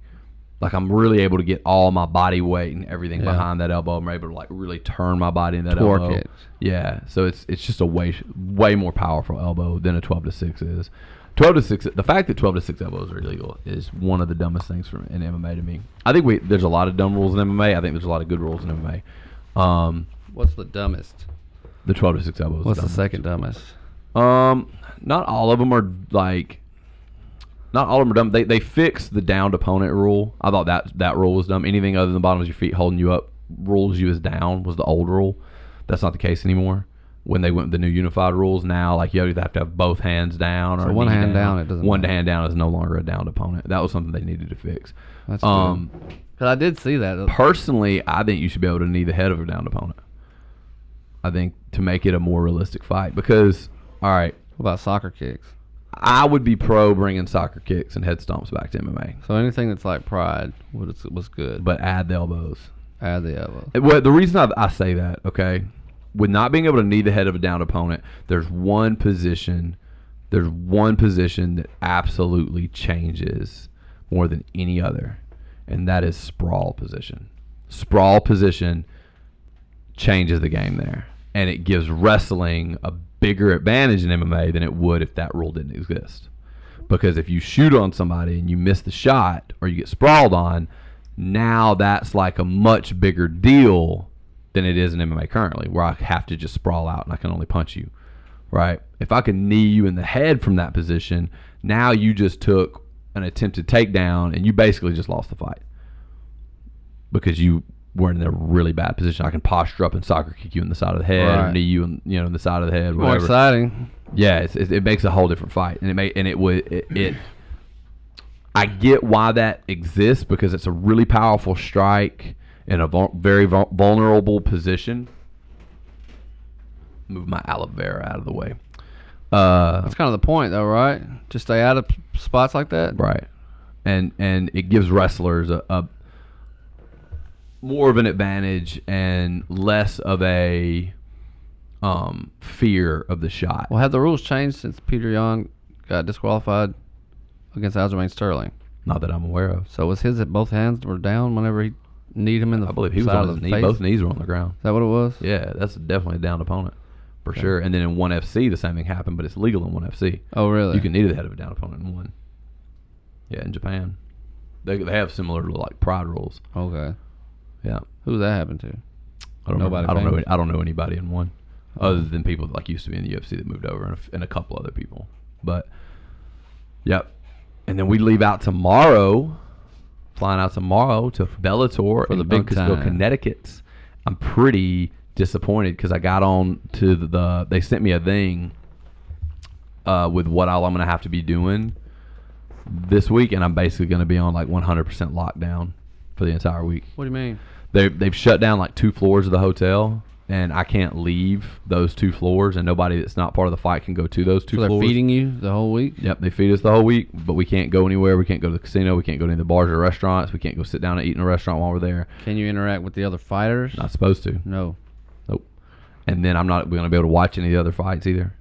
B: like I'm really able to get all my body weight and everything
C: Yeah.
B: behind that elbow. I'm able to like really turn my body in that
C: Torque
B: elbow.
C: it.
B: Yeah, so it's it's just a way way more powerful elbow than a 12 to 6 is. 12 to 6 the fact that 12 to 6 elbows are illegal is one of the dumbest things from in MMA to me. I think we there's a lot of dumb rules in MMA. I think there's a lot of good rules in MMA. Um
C: What's the dumbest?
B: the 12 to 6 elbows. is
C: What's the
B: dumb.
C: second dumbest?
B: Um, not all of them are like, not all of them are dumb. They they fixed the downed opponent rule. I thought that that rule was dumb. Anything other than the bottom of your feet holding you up rules you as down was the old rule. That's not the case anymore. When they went with the new unified rules, now like you either have to have both hands down or
C: So one
B: knee
C: hand down, it doesn't
B: one
C: matter.
B: hand down is no longer a downed opponent. That was something they needed to fix.
C: That's good.
B: um,
C: 'Cause I did see that.
B: personally, I think you should be able to knee the head of a downed opponent. I think to make it a more realistic fight because all right.
C: What about soccer kicks?
B: I would be pro bringing soccer kicks and head stomps back to MMA,
C: So anything that's like pride was was good.
B: but add the elbows.
C: add the elbow.
B: Well, the reason I, I say that, okay, with not being able to knee the head of a down opponent, there's one position, there's one position that absolutely changes more than any other, and that is sprawl position. Sprawl position changes the game there, and it gives wrestling a bigger advantage in MMA than it would if that rule didn't exist. because if you shoot on somebody and you miss the shot or you get sprawled on, now that's like a much bigger deal than it is in MMA currently, where I have to just sprawl out and I can only punch you, right? If I can knee you in the head from that position, now you just took an attempted takedown and you basically just lost the fight because you were in a really bad position. I can posture up and soccer kick you in the side of the head,
C: Right.
B: knee you in, you know in the side of the head,
C: More
B: whatever.
C: exciting.
B: Yeah, it's, it, it makes a whole different fight, and it may and it would it, it. I get why that exists because it's a really powerful strike in a vul- very vul- vulnerable position. Move my aloe vera out of the way. Uh,
C: That's kind of the point, though, right? Just stay out of p- spots like that.
B: right, and and it gives wrestlers a, a more of an advantage and less of a um, fear of the shot.
C: Well, have the rules changed since Peter Young got disqualified against Aljamain Sterling?
B: Not that I'm aware of.
C: So was his that both hands were down whenever he kneed him in the
B: I believe he was
C: side
B: on
C: of
B: his
C: the
B: knee.
C: face?
B: Both knees were on the ground.
C: Is that what it was?
B: Yeah, that's definitely a downed opponent for sure. And then in one FC, the same thing happened, but it's legal in one FC.
C: Oh, really?
B: You can knee to the head of a downed opponent in one. Yeah, in Japan, they they have similar to like pride rules.
C: Okay.
B: Yeah,
C: Who did that happen to?
B: I don't Nobody
C: Nobody
B: I don't know.
C: famous?
B: I don't know anybody in one, other than people that, like used to be in the UFC that moved over and a, f- and a couple other people. But yep, and then we leave out tomorrow, flying out tomorrow to Bellator in
C: the big
B: Uncasville,
C: time.
B: Connecticut. I'm pretty disappointed because I got on to the, the they sent me a thing uh, with what all I'm gonna have to be doing this week, and I'm basically gonna be on like 100% lockdown for the entire week
C: What do you mean?
B: they they've shut down like two floors of the hotel, and I can't leave those two floors, and nobody that's not part of the fight can go to those two
C: So they're
B: floors.
C: feeding you the whole week?
B: Yep, they feed us the whole week, but we can't go anywhere. We can't go to the casino. We can't go to any of the bars or restaurants. We can't go sit down and eat in a restaurant while we're there.
C: Can you interact with the other fighters?
B: Not supposed to.
C: No.
B: Nope. And then I'm not going to be able to watch any of the other fights either.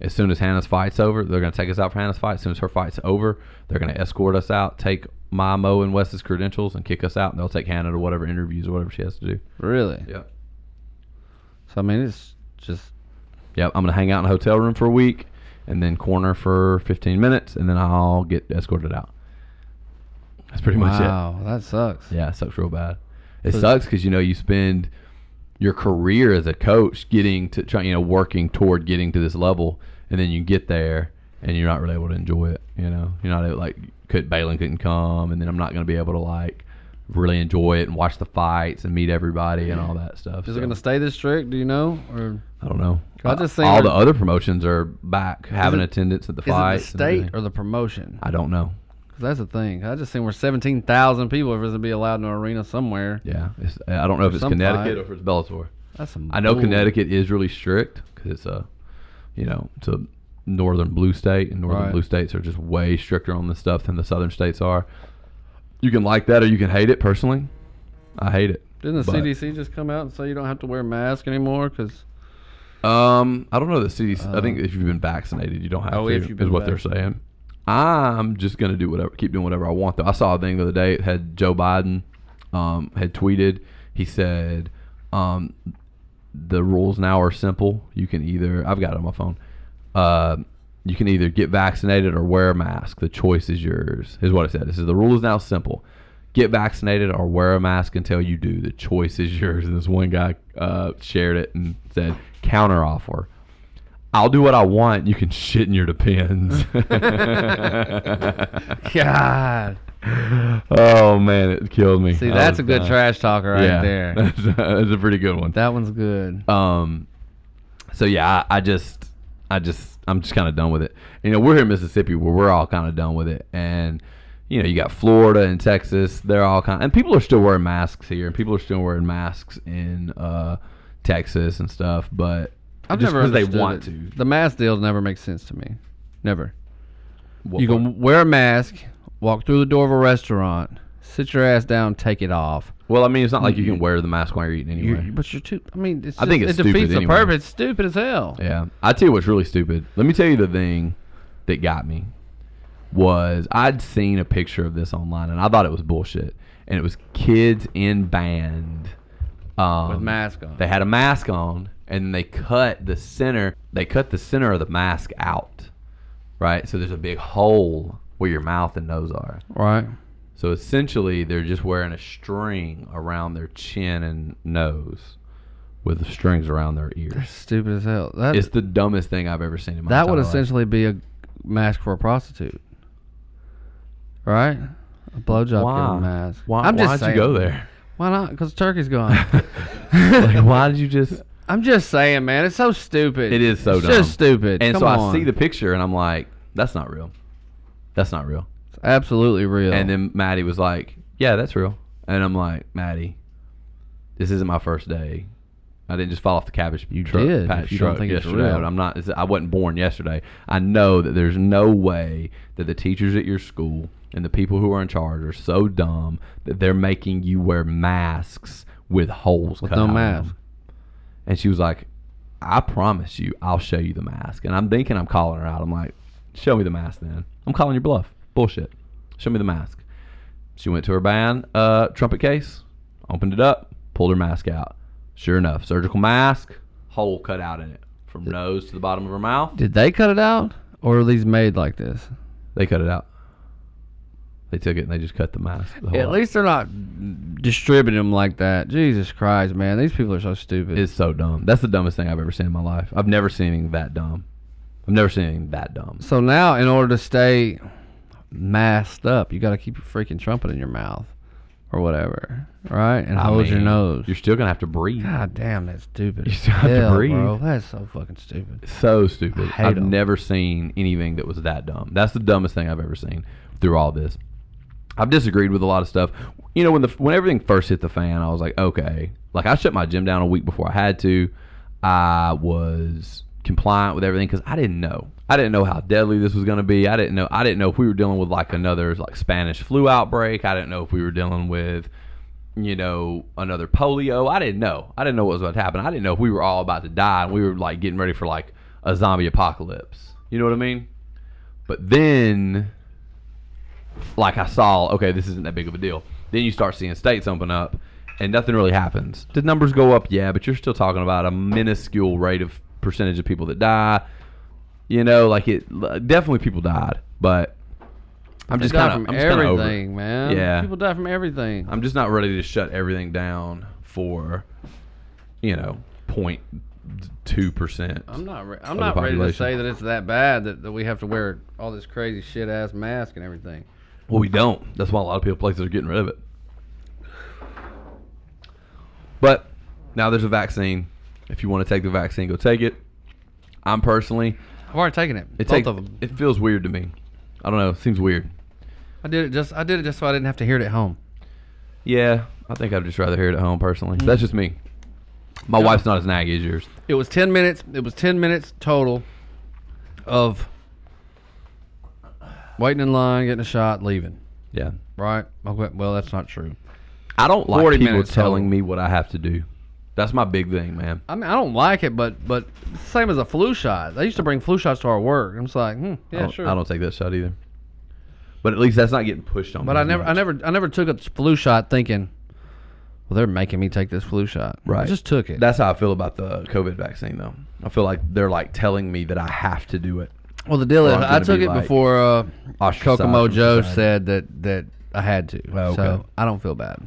B: As soon as Hannah's fight's over, they're going to take us out for Hannah's fight. As soon as her fight's over, they're going to escort us out, take my Mo and Wes's credentials, and kick us out. And they'll take Hannah to whatever interviews or whatever she has to do.
C: Really?
B: Yeah.
C: So I mean, it's just
B: Yep, I'm gonna hang out in a hotel room for a week, and then corner for 15 minutes, and then I'll get escorted out. That's pretty much
C: wow. That sucks.
B: it. Yeah, it sucks real bad. It
C: So-
B: sucks because you know you spend your career as a coach getting to trying, you know, working toward getting to this level, and then you get there and you're not really able to enjoy it. You know, you're not able, like could Balin couldn't come, and then I'm not gonna be able to like really enjoy it and watch the fights and meet everybody and all that stuff.
C: Is
B: so.
C: it gonna stay this strict? Do you know, or
B: I don't know.
C: I just think
B: all
C: we're-
B: the other promotions are back having
C: it-
B: attendance at the
C: is it the
B: fights. and
C: state
B: everything.
C: or the promotion?
B: I don't know.
C: Because that's the thing. I just think we're seventeen thousand people. If it's gonna be allowed in an arena somewhere,
B: Yeah, it's, I don't know if it's
C: some
B: Connecticut
C: fight.
B: or if it's Bellator.
C: that's some.
B: I know
C: bull.
B: Connecticut is really strict because it's a, you know, it's a northern blue state, and northern
C: Right.
B: blue states are just way stricter on this stuff than the southern states are. You can like that or you can hate it. Personally, I hate it.
C: Didn't the
B: but- <laughs>
C: <laughs> CDC just come out and say you don't have to wear a mask anymore? Because
B: Um, I don't know the city's. I think if you've been vaccinated, you don't have
C: Uh, oh,
B: to.
C: if you've been
B: is what they're saying. I'm just gonna do whatever, keep doing whatever I want. Though I saw a thing the other day. It had Joe Biden, um, had tweeted. He said, um, the rules now are simple. You can either I've got it on my phone. Uh, you can either get vaccinated or wear a mask. The choice is yours. Is what it said. This is the rule is now simple. Get vaccinated or wear a mask until you do. The choice is <laughs> yours. And this one guy uh, shared it and said counter offer. I'll do what I want. You can <laughs> shit in your
C: <laughs>
B: depends.
C: God.
B: oh man, it killed me.
C: See,
B: I
C: that's
B: was
C: a good
B: dying.
C: trash talker right there.
B: that's, <laughs> that's a pretty good one.
C: That one's good.
B: Um, so yeah, I, I just, I just, I'm just kind of done with it. You know, we're here in Mississippi where we're all kind of done with it, and you know, you got Florida and Texas. They're all kind, and people are still wearing masks here, and people are still wearing masks in uh, Texas and stuff. But
C: I've
B: just
C: never
B: 'cause they
C: understood
B: want
C: it.
B: to.
C: The mask deal never makes sense to me. Never.
B: What
C: you
B: part?
C: can wear a mask, walk through the door of a restaurant, sit your ass down, take it off.
B: well, I mean, it's not like you
C: Mm-hmm.
B: can wear the mask while you're eating anyway.
C: You're, but you're too. I mean, it's
B: I think
C: just-
B: it's
C: it
B: stupid
C: defeats the
B: anyway.
C: purpose. It's stupid as hell.
B: Yeah. I tell you what's really stupid. Let me tell you the thing that got me was I'd seen a picture of this online and I thought it was bullshit. And it was kids in band. Um,
C: With mask on.
B: They had a mask on and they cut the center they cut the center of the mask out. Right? So there's a big hole where your mouth and nose are.
C: Right.
B: So essentially, they're just wearing a string around their chin and nose, with the strings around their ears.
C: Stupid as hell. That
B: It's the dumbest thing I've ever seen in my
C: that would
B: entire life.
C: essentially be a mask for a prostitute. Right. A blowjob
B: why?
C: giving mask.
B: Why,
C: I'm just
B: why'd
C: saying.
B: you go
C: <laughs>
B: there?
C: Why not? Because
B: <laughs>
C: Turkey's gone.
B: like, why did you just?
C: I'm just saying, man. It's so stupid.
B: It is so
C: it's
B: dumb.
C: Just
B: <laughs>
C: stupid.
B: And
C: Come
B: so
C: on.
B: I see the picture and I'm like, that's not real. That's not real.
C: It's absolutely real.
B: And then Maddie was like, yeah, that's real. And I'm like, Maddie, this isn't my first day. I didn't just fall off the cabbage you truck.
C: did,
B: patch
C: if you don't
B: truck
C: think it's
B: yesterday.
C: real.
B: I'm not. it's- I wasn't born yesterday. I know that there's no way that the teachers at your school and the people who are in charge are so dumb that they're making you wear masks with holes
C: with
B: cut
C: no
B: out of
C: mask.
B: them. And she was like, I promise you, I'll show you the mask. And I'm thinking I'm calling her out. I'm like, show me the mask then. I'm calling your bluff. Bullshit. Show me the mask. She went to her band, uh, trumpet case, opened it up, pulled her mask out. Sure enough, surgical mask, hole cut out in it from nose to the bottom of her mouth.
C: Did they cut it out, or are these made like this?
B: They cut it out. They took it and they just cut the mask. the hole
C: At
B: out.
C: least they're not distributing them like that. Jesus Christ, man, these people are so stupid.
B: it's so dumb. That's the dumbest thing I've ever seen in my life. I've never seen anything that dumb. I've never seen anything that dumb.
C: so now, in order to stay masked up, you got to keep your freaking trumpet in your mouth or whatever, right? And
B: I
C: hold your
B: mean,
C: nose.
B: You're still gonna have to breathe.
C: God damn, that's stupid.
B: You
C: as
B: still have to
C: hell,
B: breathe.
C: bro. That's so fucking stupid.
B: So stupid.
C: hate
B: I've
C: 'em.
B: never seen anything that was that dumb. That's the dumbest thing I've ever seen through all this. I've disagreed with a lot of stuff. You know, when the when everything first hit the fan, I was like, okay. Like I shut my gym down a week before I had to. I was compliant with everything because I didn't know. I didn't know how deadly this was going to be. I didn't know. I didn't know if we were dealing with like another like Spanish flu outbreak. I didn't know if we were dealing with you know, another polio. I didn't know. I didn't know what was about to happen. I didn't know if we were all about to die and we were like getting ready for like a zombie apocalypse. You know what I mean? But then, like, I saw, okay, this isn't that big of a deal. Then you start seeing states open up and nothing really happens. Did numbers go up? Yeah, but you're still talking about a minuscule rate of percentage of people that die. You know, like it definitely people died, but I'm just
C: They die
B: kind of
C: from
B: I'm just kinda over it.
C: everything, man.
B: Yeah.
C: people die from everything.
B: I'm just not ready to shut everything down for, you know, point two percent.
C: I'm not. Re- I'm
B: the
C: not ready to
B: population.
C: say that it's that bad that, that we have to wear all this crazy shit ass mask and everything.
B: Well, we don't. That's why a lot of people places are getting rid of it. But now there's a vaccine. If you want to take the vaccine, go take it. I'm personally,
C: I've already taken it.
B: it
C: Both
B: takes,
C: of them.
B: it feels weird to me. I don't know. It seems weird.
C: I did it just. I did it just so I didn't have to hear it at home.
B: Yeah, I think I'd just rather hear it at home personally.
C: Mm.
B: That's just me. My wife's not as naggy as yours.
C: It was ten minutes. It was ten minutes total of waiting in line, getting a shot, leaving.
B: Yeah.
C: Right. I went, well, that's not true.
B: I don't like
C: 40
B: people
C: minutes
B: telling
C: total.
B: me what I have to do. That's my big thing, man.
C: I mean, I don't like it, but but it's the same as a flu shot. They used to bring flu shots to our work. I'm just like, hmm,
B: I
C: yeah,
B: don't,
C: sure.
B: I don't take that shot either. But at least that's not getting pushed on.
C: But
B: me
C: I
B: as
C: never, I
B: much.
C: never, I never took a flu shot thinking, well, they're making me take this flu shot. I
B: Right.
C: just took it.
B: That's how I feel about the COVID vaccine, though. I feel like they're like telling me that I have to do it.
C: well, the deal
B: Or
C: is,
B: I'm
C: I
B: gonna
C: took
B: be,
C: it
B: like,
C: before uh,
B: ostracized
C: Kokomo
B: from
C: Joe
B: society.
C: said that that I had to.
B: Well, okay.
C: So I don't feel bad.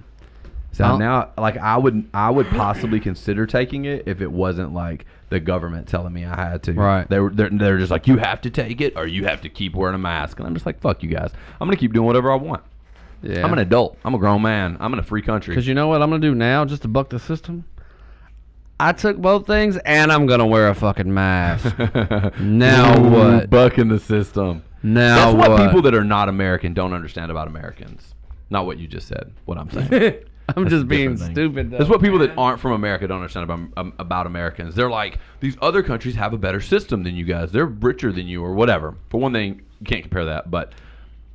B: So
C: Well-
B: now, like, I would, I would possibly consider taking it if it wasn't like the government telling me I had to.
C: Right.
B: They were, they're, they're just like, you have to take it, or you have to keep wearing a mask. And I'm just like, fuck you guys. I'm gonna keep doing whatever I want.
C: Yeah,
B: I'm an adult. I'm a grown man. I'm in a free country.
C: Because you know what I'm gonna do now, just to buck the system. I took both things, and I'm gonna wear a
B: <laughs>
C: fucking mask. <laughs> now
B: Ooh,
C: what?
B: Bucking the system.
C: Now
B: That's what,
C: what?
B: people that are not American don't understand about Americans. Not what you just said. What I'm saying.
C: <laughs> I'm
B: That's a
C: just being
B: different thing.
C: stupid. Though.
B: That's what people that aren't from America don't understand about um, about Americans. They're like these other countries have a better system than you guys. They're richer than you, or whatever. For one thing, you can't compare that, but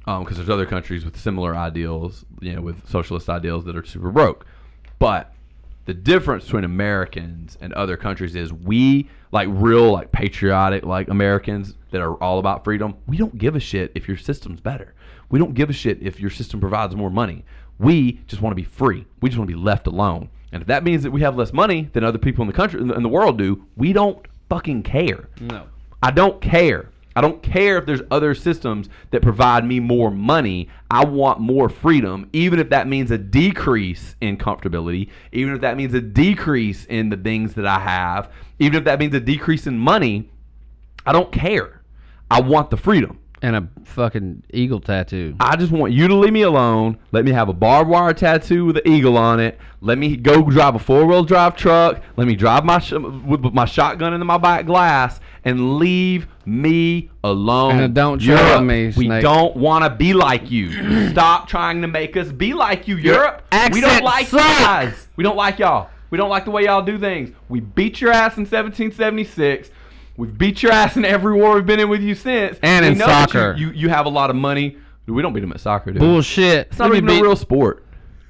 B: because there's other countries with similar ideals, you know, with socialist ideals that are super broke. But the difference between Americans and other countries is we like real like patriotic like Americans that are all about freedom. We don't give a shit if your system's better. We don't give a shit if your system provides more money. We just want to be free. We just want to be left alone. And if that means that we have less money than other people in the country in the- in the world do, we don't fucking care.
C: No.
B: I don't care. I don't care if there's other systems that provide me more money. I want more freedom, even if that means a decrease in comfortability, even if that means a decrease in the things that I have, even if that means a decrease in money. I don't care. I want the freedom.
C: And a fucking eagle tattoo.
B: I just want you to leave me alone. Let me have a barbed wire tattoo with an eagle on it. Let me go drive a four wheel drive truck. Let me drive my sh- with with my shotgun into my back glass and leave me alone.
C: And don't try
B: Europe,
C: me,
B: We
C: Snake.
B: don't want to be like
C: <clears throat>
B: you. Stop trying to make us be like you, Europe. we don't
C: accent
B: like you
C: sucks.
B: guys. We don't like y'all. We don't like the way y'all do things. We beat your ass in 1776. We've beat your ass in every war we've been in with you since.
C: And
B: We
C: in
B: know that you-
C: soccer.
B: you you have a lot of money. We don't beat them at soccer, dude.
C: Bullshit.
B: It's not even a real sport.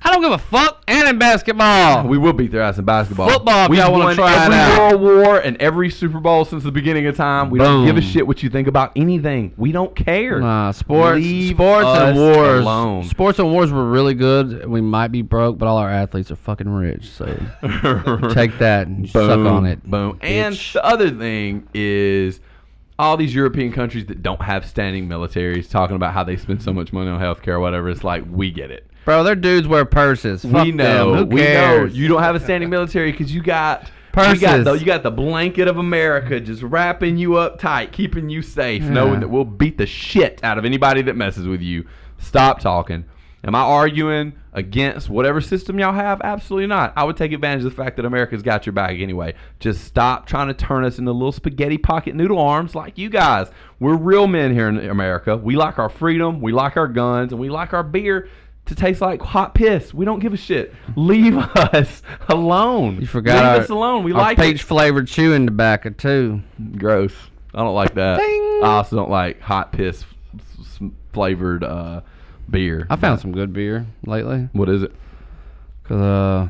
C: I don't give a fuck. And in basketball.
B: We will beat their ass in basketball.
C: Football, if
B: We've
C: y'all wanna
B: won
C: try it
B: every
C: out.
B: World War and every Super Bowl since the beginning of time. We don't give a
C: Boom.
B: shit what you think about anything. We don't care.
C: Nah, sports,
B: Leave
C: sports
B: us
C: and wars.
B: alone.
C: Sports and wars were really good. We might be broke, but all our athletes are fucking rich.
B: <laughs>
C: So take that and suck
B: Boom,
C: on it.
B: Boom. And
C: bitch.
B: the other thing is all these European countries that don't have standing militaries talking about how they spend so much money on healthcare or whatever. It's like we get it.
C: bro, their dudes wear purses. Fuck
B: we know.
C: Them. Who
B: we know.
C: cares?
B: You don't have a standing military because you got You got,
C: Purses.
B: the, you got the blanket of America just wrapping you up tight, keeping you safe, knowing that we'll beat the shit out of anybody that messes with you. Stop talking. Am I arguing against whatever system y'all have? Absolutely not. I would take advantage of the fact that America's got your back anyway. Just stop trying to turn us into little spaghetti pocket noodle arms like you guys. We're real men here in America. We like our freedom, we like our guns, and we like our beer to taste like hot piss. We don't give a shit. Leave <laughs> us alone.
C: You forgot
B: Leave
C: our,
B: us alone. We
C: our
B: like
C: peach
B: it.
C: flavored chewing tobacco too.
B: Gross. I don't like that. I also don't like hot piss f- s- flavored uh, beer.
C: I found some good beer lately.
B: What is it?
C: Cause uh,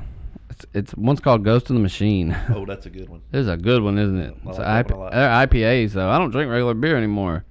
C: it's, it's one's called Ghost in the Machine. <laughs>
D: Oh, that's a good one.
C: This is a good one, isn't it? It's
D: like that
C: IP-
D: one a lot.
C: they're IPAs though. I don't drink regular beer anymore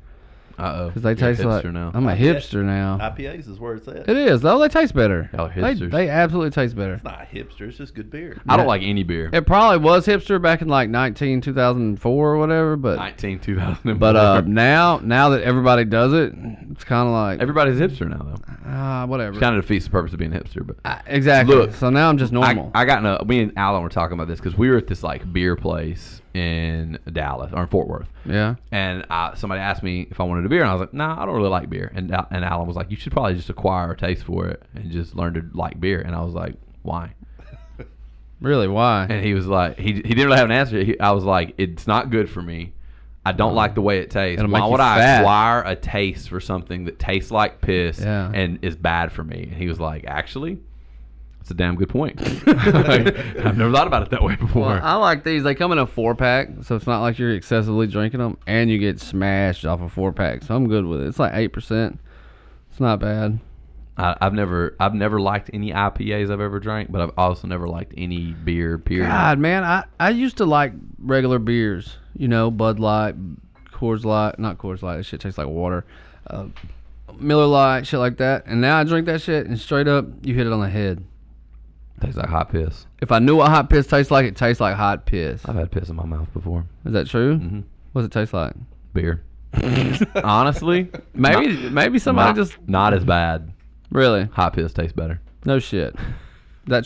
B: Uh oh.
C: because they taste like
B: now.
C: I'm a
D: I-
C: hipster now.
D: IPAs is where it's at.
C: It is though. They taste better.
B: Y'all are
C: They,
B: hipsters.
C: they absolutely taste better.
D: It's not hipster. It's just good beer.
B: I don't like any beer.
C: It probably was hipster back in like 19, 2004 or whatever, but
B: 19, 2000.
C: but uh now now that everybody does it, it's kind of like
B: everybody's hipster now though.
C: ah whatever.
B: Kind of defeats the purpose of being a hipster, but.
C: I- exactly.
B: Look,
C: so now I'm just normal.
B: I, I got in a. Me and Alan were talking about this because we were at this like beer place in Dallas or in Fort Worth.
C: yeah.
B: And I, somebody asked me if I wanted a beer, and I was like, "Nah, I don't really like beer." And Al- and Alan was like, "You should probably just acquire a taste for it and just learn to like beer." And I was like, "Why?"
C: Really? Why?
B: And he was like, "He he didn't really have an answer." He, I was like, "It's not good for me. I don't like the way it tastes.
C: It'll
B: Why
C: make you
B: would I
C: fat."
B: acquire a taste for something that tastes like piss
C: Yeah.
B: and is bad for me?" And he was like, "Actually." It's a damn good
C: <laughs>
B: point. <laughs> Like, I've never thought about it that way before.
C: Well, I like these. They come in a four pack, so it's not like you're excessively drinking them, and you get smashed off a four pack. So I'm good with it. It's like eight percent. It's not bad.
B: I, I've never I've never liked any IPAs I've ever drank, but I've also never liked any beer. Period.
C: God, man, I, I used to like regular beers. You know, Bud Light, Coors Light, not Coors Light. That shit tastes like water. Uh, Miller Light, shit like that. And now I drink that shit, and straight up, you hit it on the head.
B: Tastes like hot piss.
C: If I knew what hot piss tastes like, it tastes like hot piss.
B: I've had piss in my mouth before.
C: Is that true?
B: hmm
C: What's it taste like? <laughs>
B: Beer. Honestly,
C: Maybe
B: not-
C: maybe somebody
B: not-
C: just
B: not as bad.
C: really
B: Hot piss tastes better.
C: no shit. that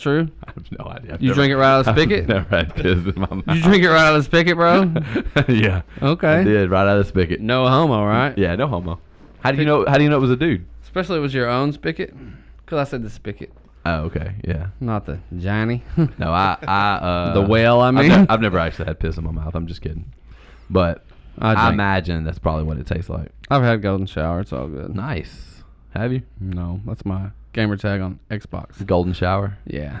B: <laughs>
C: true?
B: I have no idea. I've
C: You
B: never-
C: drink it right out of the
B: I've
C: spigot?
B: Never had piss in my mouth.
C: You drink it right out of the
B: <laughs>
C: spigot, bro.
B: yeah.
C: Okay.
B: I did right out of the spigot.
C: No homo, right?
B: Yeah, no homo. How do you know? How do you know it was a dude?
C: Especially if it was your own spigot. Cause I said the spigot,
B: Oh, okay. Yeah.
C: not the Johnny.
B: No, I, I, uh,
C: The whale, I
B: I've
C: mean.
B: ne- I've, never actually had piss in my mouth. I'm just kidding. But
C: I
B: I,
C: drink-
B: imagine that's probably what it tastes like.
C: I've had golden shower. It's all good.
B: Nice. Have you
C: No, that's my gamer tag on Xbox.
B: golden shower?
C: Yeah,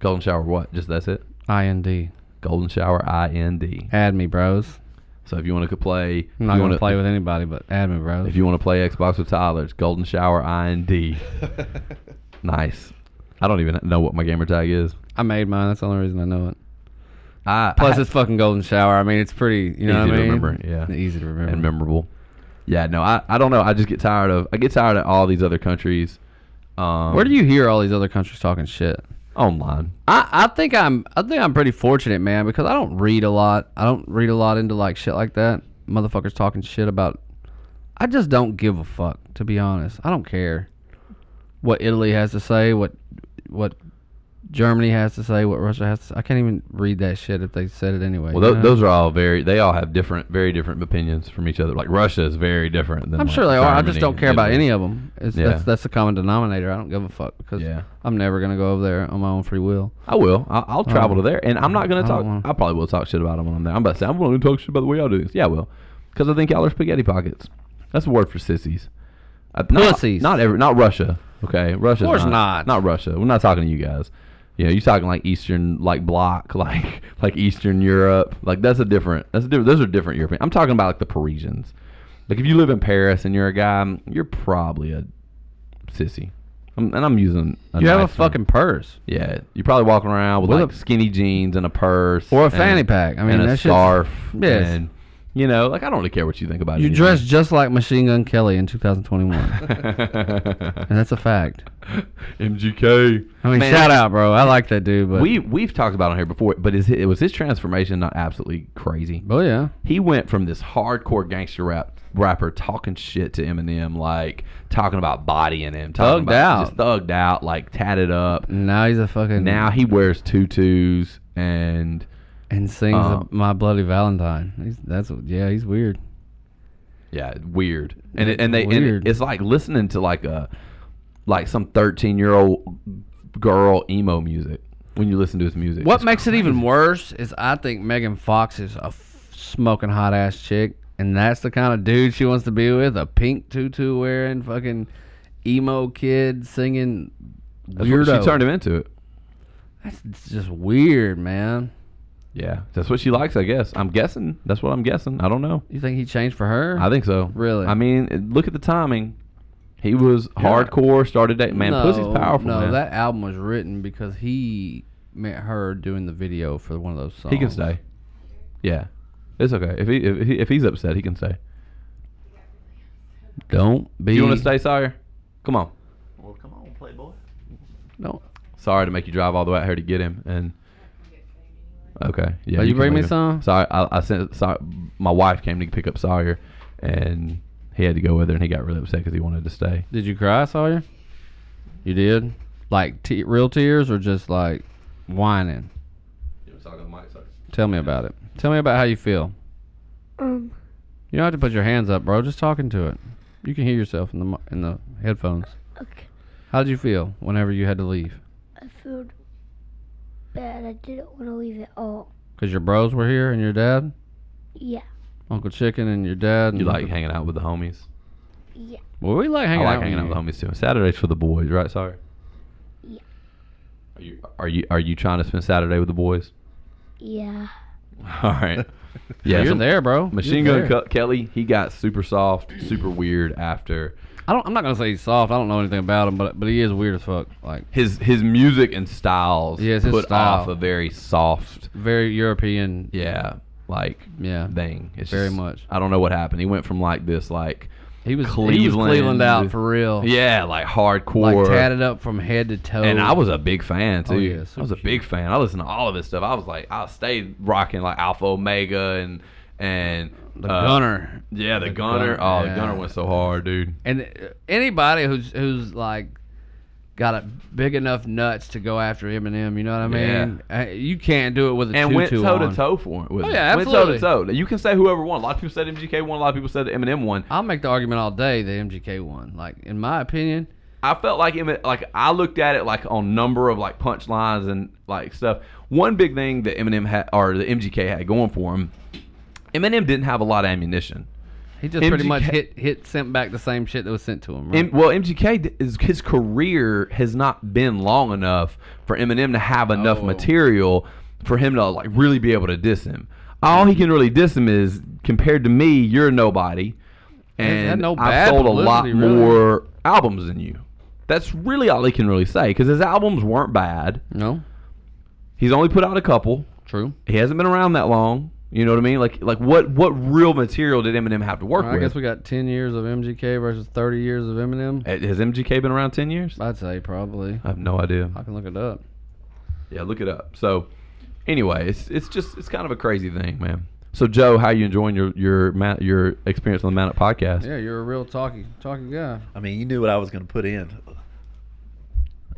B: Golden shower? What? Just that's it.
C: IND.
B: Golden shower. I N D.
C: Add me, bros.
B: So if you want to play, if
C: I'm not
B: you
C: gonna
B: wanna-
C: play with anybody, but add me, bros.
B: If you want to play Xbox with Tyler, it's golden shower. I N D.
D: <laughs>
B: Nice. I don't even know what my gamer tag is.
C: I made mine. That's the only reason I know it.
B: I,
C: Plus,
B: I-
C: it's fucking golden shower. I mean, it's pretty. You know
B: Easy
C: what I
B: to
C: mean?
B: remember, yeah.
C: Easy to remember.
B: and memorable. Yeah, no, I, I don't know. I just get tired of I get tired of all these other countries. Um,
C: Where do you hear all these other countries talking shit?
B: online?
C: I, I think I'm I think I'm pretty fortunate, man, because I don't read a lot. I don't read a lot into like shit like that. Motherfuckers talking shit about. I just don't give a fuck, to be honest. I don't care what Italy has to say, what what Germany has to say, what Russia has to say. I can't even read that shit if they said it anyway.
B: Well,
C: you
B: tho-
C: know?
B: those are all very. They all have different, very different opinions from each other. Like Russia is very different than.
C: I'm
B: like,
C: sure they are. I just
B: Germany
C: don't
B: and
C: care about
B: Italy.
C: any of them. It's,
B: Yeah.
C: that's, that's the common denominator. I don't give a fuck because
B: Yeah.
C: I'm never gonna go over there on my own free will.
B: I will. I'll, I'll travel to there, and I'm not going
C: I
B: to
C: don't
B: talk.
C: wanna-
B: I probably will talk shit about them when I'm there. I'm about to say I'm going to talk shit about the way y'all do this. Yeah, I will, because I think y'all are spaghetti pockets. That's a word for sissies. Uh, not,
C: Pussies.
B: Not every. Not Russia. Okay, Russia.
C: course not.
B: not. Russia. We're not talking to you guys. You know, you're talking like Eastern, like block, <laughs> like like Eastern Europe. Like that's a different. That's a different. Those are different European. I'm talking about like the Parisians. Like if you live in Paris and you're a guy, you're probably a sissy. I'm, and I'm using.
C: You have a
B: nice term.
C: fucking purse.
B: Yeah, you're probably walking around with,
C: With
B: like
C: a-
B: skinny jeans and a purse
C: Or a
B: and-
C: fanny pack. I mean,
B: and a
C: that shit's-
B: scarf.
C: Yes.
B: and you know, like I don't really care what you think about it.
C: You dress just like Machine Gun Kelly in 2021, <laughs> and
B: MGK. <laughs>
C: that's a fact. I mean, shout out, bro. I like that dude, but
B: We we've talked about it on here before, but is it was his transformation not absolutely crazy?
C: oh yeah,
B: He went from this hardcore gangster rap rapper talking shit to Eminem, like talking about bodying him, talking
C: Thugged
B: about
C: out.
B: just thugged out, like tatted up.
C: now he's a fucking
B: Now he wears tutus and
C: and sings
B: uh,
C: "My Bloody Valentine." He's, that's yeah, he's weird.
B: Yeah, weird. And it, and they
C: Weird.
B: and it's like listening to like a like some thirteen year old girl emo music when you listen to his music.
C: What
B: It's
C: makes it even
B: crazy.
C: worse is I think Megan Fox is a f- smoking hot ass chick, and that's the kind of dude she wants to be with—a pink tutu wearing fucking emo kid singing
B: That's what
C: weirdo.
B: she turned him into it.
C: That's just weird, man.
B: Yeah, that's what she likes, I guess. I'm guessing. That's what I'm guessing. I don't know.
C: You think he changed for her?
B: I think so.
C: Really?
B: I mean, it- look at the timing. He was hardcore. Started dating. Man, pussy's powerful.
C: No,
B: man.
C: that album was written because he met her doing the video for one of those songs.
B: he can stay. Yeah, it's okay. If he if he, if he's upset, he can stay.
C: Don't be.
B: You want to stay, Sire? Come on.
D: Well, come on, playboy.
C: No.
B: Sorry to make you drive all the way out here to get him. And okay, yeah.
C: Oh, you
B: can
C: bring me
B: leave him.
C: some?
B: Sorry, I, I sent. Sorry, my wife came to pick up Sawyer, and he had to go with her, and he got really upset because he wanted to stay.
C: Did you cry, Sawyer? You did. Like te- real tears or just like whining? Tell me about it. Tell me about how you feel.
E: Um,
C: You don't have to put your hands up, bro. Just talking to it. You can hear yourself in the mi- in the headphones.
E: okay.
C: How did you feel whenever you had to leave?
E: I felt bad. I didn't want to leave at all.
C: Cause your bros were here and your dad,
E: Yeah,
C: Uncle Chicken, and your dad. And
B: You like
C: Uncle-
B: hanging out with the homies?
E: yeah,
C: Well, we like hanging
B: I
C: out.
B: like hanging out with the homies too. Saturdays for the boys, right, Sawyer?
E: Yeah.
B: Are you are you are you trying to spend Saturday with the boys?
E: yeah.
B: <laughs> All right. Yeah,
C: <laughs> you're
B: so
C: there, bro.
B: Machine
C: You're
B: Gun
C: there.
B: Cu- Kelly, he got super soft, super weird after
C: I don't. I'm not gonna say he's soft. I don't know anything about him, but but he is weird as fuck. Like
B: his his music and styles
C: Yes, his
B: put
C: style.
B: off a very soft,
C: very European.
B: yeah, like
C: Yeah.
B: thing. It's
C: Very
B: just-
C: much.
B: I don't know what happened. He went from like this, like
C: He was Cleveland. he was
B: Cleveland,
C: Cleveland out for real.
B: yeah, like hardcore,
C: Oh. like tatted up from head to toe.
B: And I was a big fan too.
C: Oh, yeah,
B: I was a
C: super
B: big fan. I listened to all of his stuff. I was like, I stayed rocking like Alpha Omega and and
C: the
B: uh,
C: gunner.
B: Yeah, the,
C: The
B: Gunner.
C: Gunner,
B: Oh, the
C: yeah.
B: Gunner went so hard, dude.
C: And uh, anybody who's who's like got a big enough nuts to go after Eminem, you know what I mean? Uh, You can't do it with a
B: And
C: tutu
B: went toe
C: on.
B: to toe for him. with
C: Oh,
B: him.
C: yeah,
B: Went toe to toe. You can say whoever won. A lot of people said MGK won. A lot of people said Eminem won.
C: I'll make the argument all day that MGK won. Like in my opinion,
B: I felt like Eminem, like I looked at it like on number of like punchlines and like stuff. One big thing that Eminem had or the MGK had going for him, Eminem didn't have a lot of ammunition.
C: he just pretty much
B: MGK
C: hit hit sent back the same shit that was sent to him. Right?
B: M- well, MGK d- is, his career has not been long enough for Eminem to have enough
C: Oh.
B: material for him to like really be able to diss him. All he can really diss him is compared to me, you're a nobody,
C: had
B: and
C: no
B: I've
C: bad
B: sold a lot
C: publicity, really.
B: more albums than you. That's really all he can really say because his albums weren't bad.
C: no,
B: He's only put out a couple.
C: true.
B: He hasn't been around that long. You know what I mean? Like, like what what real material did Eminem have to work
C: I
B: with?
C: guess we got ten years of MGK versus thirty years of Eminem.
B: Eh, Has MGK been around ten years?
C: I'd say probably.
B: I have no idea.
C: I can look it up.
B: Yeah, look it up. So, anyway, it's it's just it's kind of a crazy thing, man. So, Joe, how you enjoying your your ma- your experience on the Mount Up podcast?
C: Yeah, you're a real talky talky guy.
D: I mean, you knew what I was going to put in.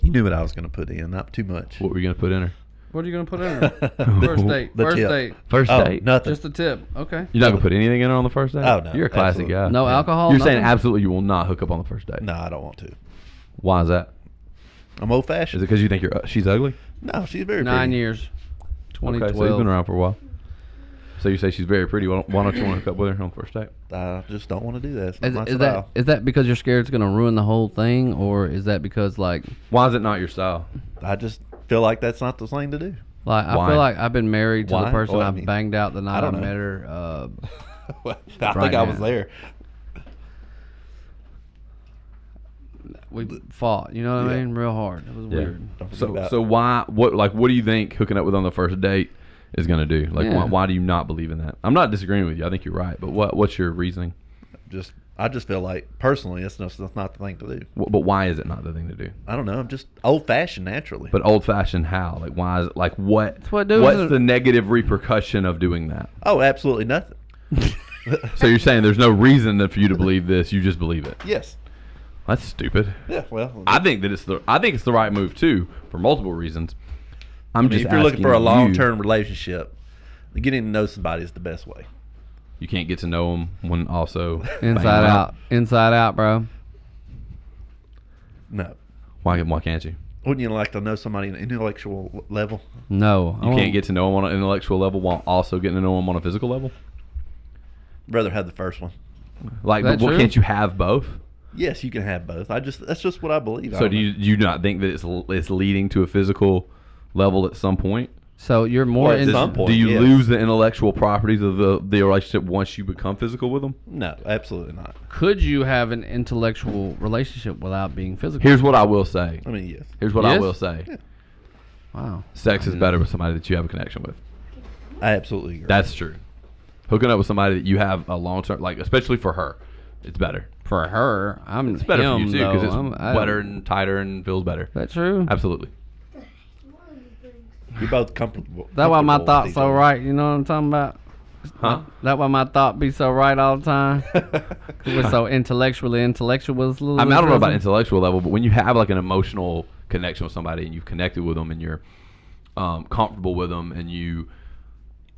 D: You knew what I was going to put in. Not too much.
B: What were you gonna put in her?
C: What are you gonna put in her? First date.
D: <laughs> The
C: First
D: tip.
C: date.
B: First
D: Oh,
B: date.
D: nothing.
C: Just a tip. Okay.
B: You're not gonna put anything in her on the first date.
D: Oh, no,
B: You're a classic
D: absolutely.
B: guy.
C: No alcohol.
B: You're saying
C: nothing?
B: absolutely you will not hook up on the first date.
D: no, I don't want to.
B: Why is that?
D: I'm old
B: Is
D: fashioned.
B: it because you think you're uh, she's ugly?
D: No, she's very
C: nine
D: pretty.
C: years. Twenty
B: Okay,
C: twelve.
B: so you've been around for a while. So you say she's very pretty. Why don't, why don't you want to hook up with her on the first date?
D: I just don't want to do that. It's not my
C: Is, is that
D: style.
C: is that because you're scared it's gonna ruin the whole thing, or is that because like
B: Why is it not your style?
D: I just feel like that's not the
B: <laughs>
D: thing to do.
C: like I
B: Why?
C: feel like I've been married to the
D: Why?
C: person
D: Well, I
C: I,
D: mean,
C: banged out the night I,
D: don't know.
C: met her. Uh,
D: I think I
C: now.
D: was there.
C: we fought. You know what I
D: Yeah.
C: mean? Real hard. It was weird.
D: Don't forget
B: So
D: about
B: so why what like what do you think hooking up with on the first date is gonna do? Like
C: Yeah.
B: why, why do you not believe in that? I'm not disagreeing with you. I think you're right. But what what's your reasoning?
D: just I just feel like personally, it's not, that's not the thing to do.
B: Wh- But why is it not the thing to do?
D: I don't know. I'm just old fashioned naturally.
B: But old fashioned how? Like why is it like what?
C: what dudes
B: what's
C: are-
B: the negative repercussion of doing that?
D: oh, absolutely nothing.
B: <laughs> So you're saying there's no reason for you to believe this. You just believe it.
D: <laughs> Yes.
B: That's stupid.
D: Yeah. Well,
B: I think that it's the I think it's the right move too for multiple reasons. I'm
D: I mean,
B: just
D: if you're looking
B: asking
D: for a
B: you-
D: long term relationship, getting to know somebody is the best way.
B: You can't get to know them when also banging
C: Inside
B: them.
C: out. Inside out, bro.
D: No.
B: Why why can't you?
D: Wouldn't you like to know somebody on an intellectual level?
C: No,
B: You can't get to know them on an intellectual level while also getting to know them on a physical level.
D: Rather have the first one.
B: Like,
C: Is
B: but
C: that
B: what
C: true?
B: can't you have both?
D: Yes, you can have both. I just that's just what I believe. I
B: So
D: don't
B: do you do you not think that it's l- it's leading to a physical level at some point?
C: So you're more
D: Well, at
C: in,
D: some point.
B: do you
D: yes.
B: lose the intellectual properties of the, the relationship once you become physical with them?
D: know? No, absolutely not.
C: Could you have an intellectual relationship without being physical?
B: Here's what I will say.
D: I mean, yes.
B: Here's what I
C: Yes?
B: will say.
C: wow.
B: Sex is better with somebody that you have a connection with.
D: I absolutely agree.
B: That's true. Hooking up with somebody that you have a long term, like especially for her, it's better.
C: For her, I'm
B: It's better for you too because
C: because
B: it's wetter and tighter and feels better.
C: That's true.
B: Absolutely.
D: You're both comfortable.
C: That why my
D: comfortable with
C: thoughts
D: each
C: so
D: other.
C: right. You know what I'm talking about?
B: Huh?
C: That why my thought be so right all
B: <laughs>
C: the time. 'Cause We're so intellectually intellectual. it's a little
B: I mean, I don't know about
C: interesting.
B: intellectual level, but when you have like an emotional connection with somebody and you've connected with them and you're um, comfortable with them and you,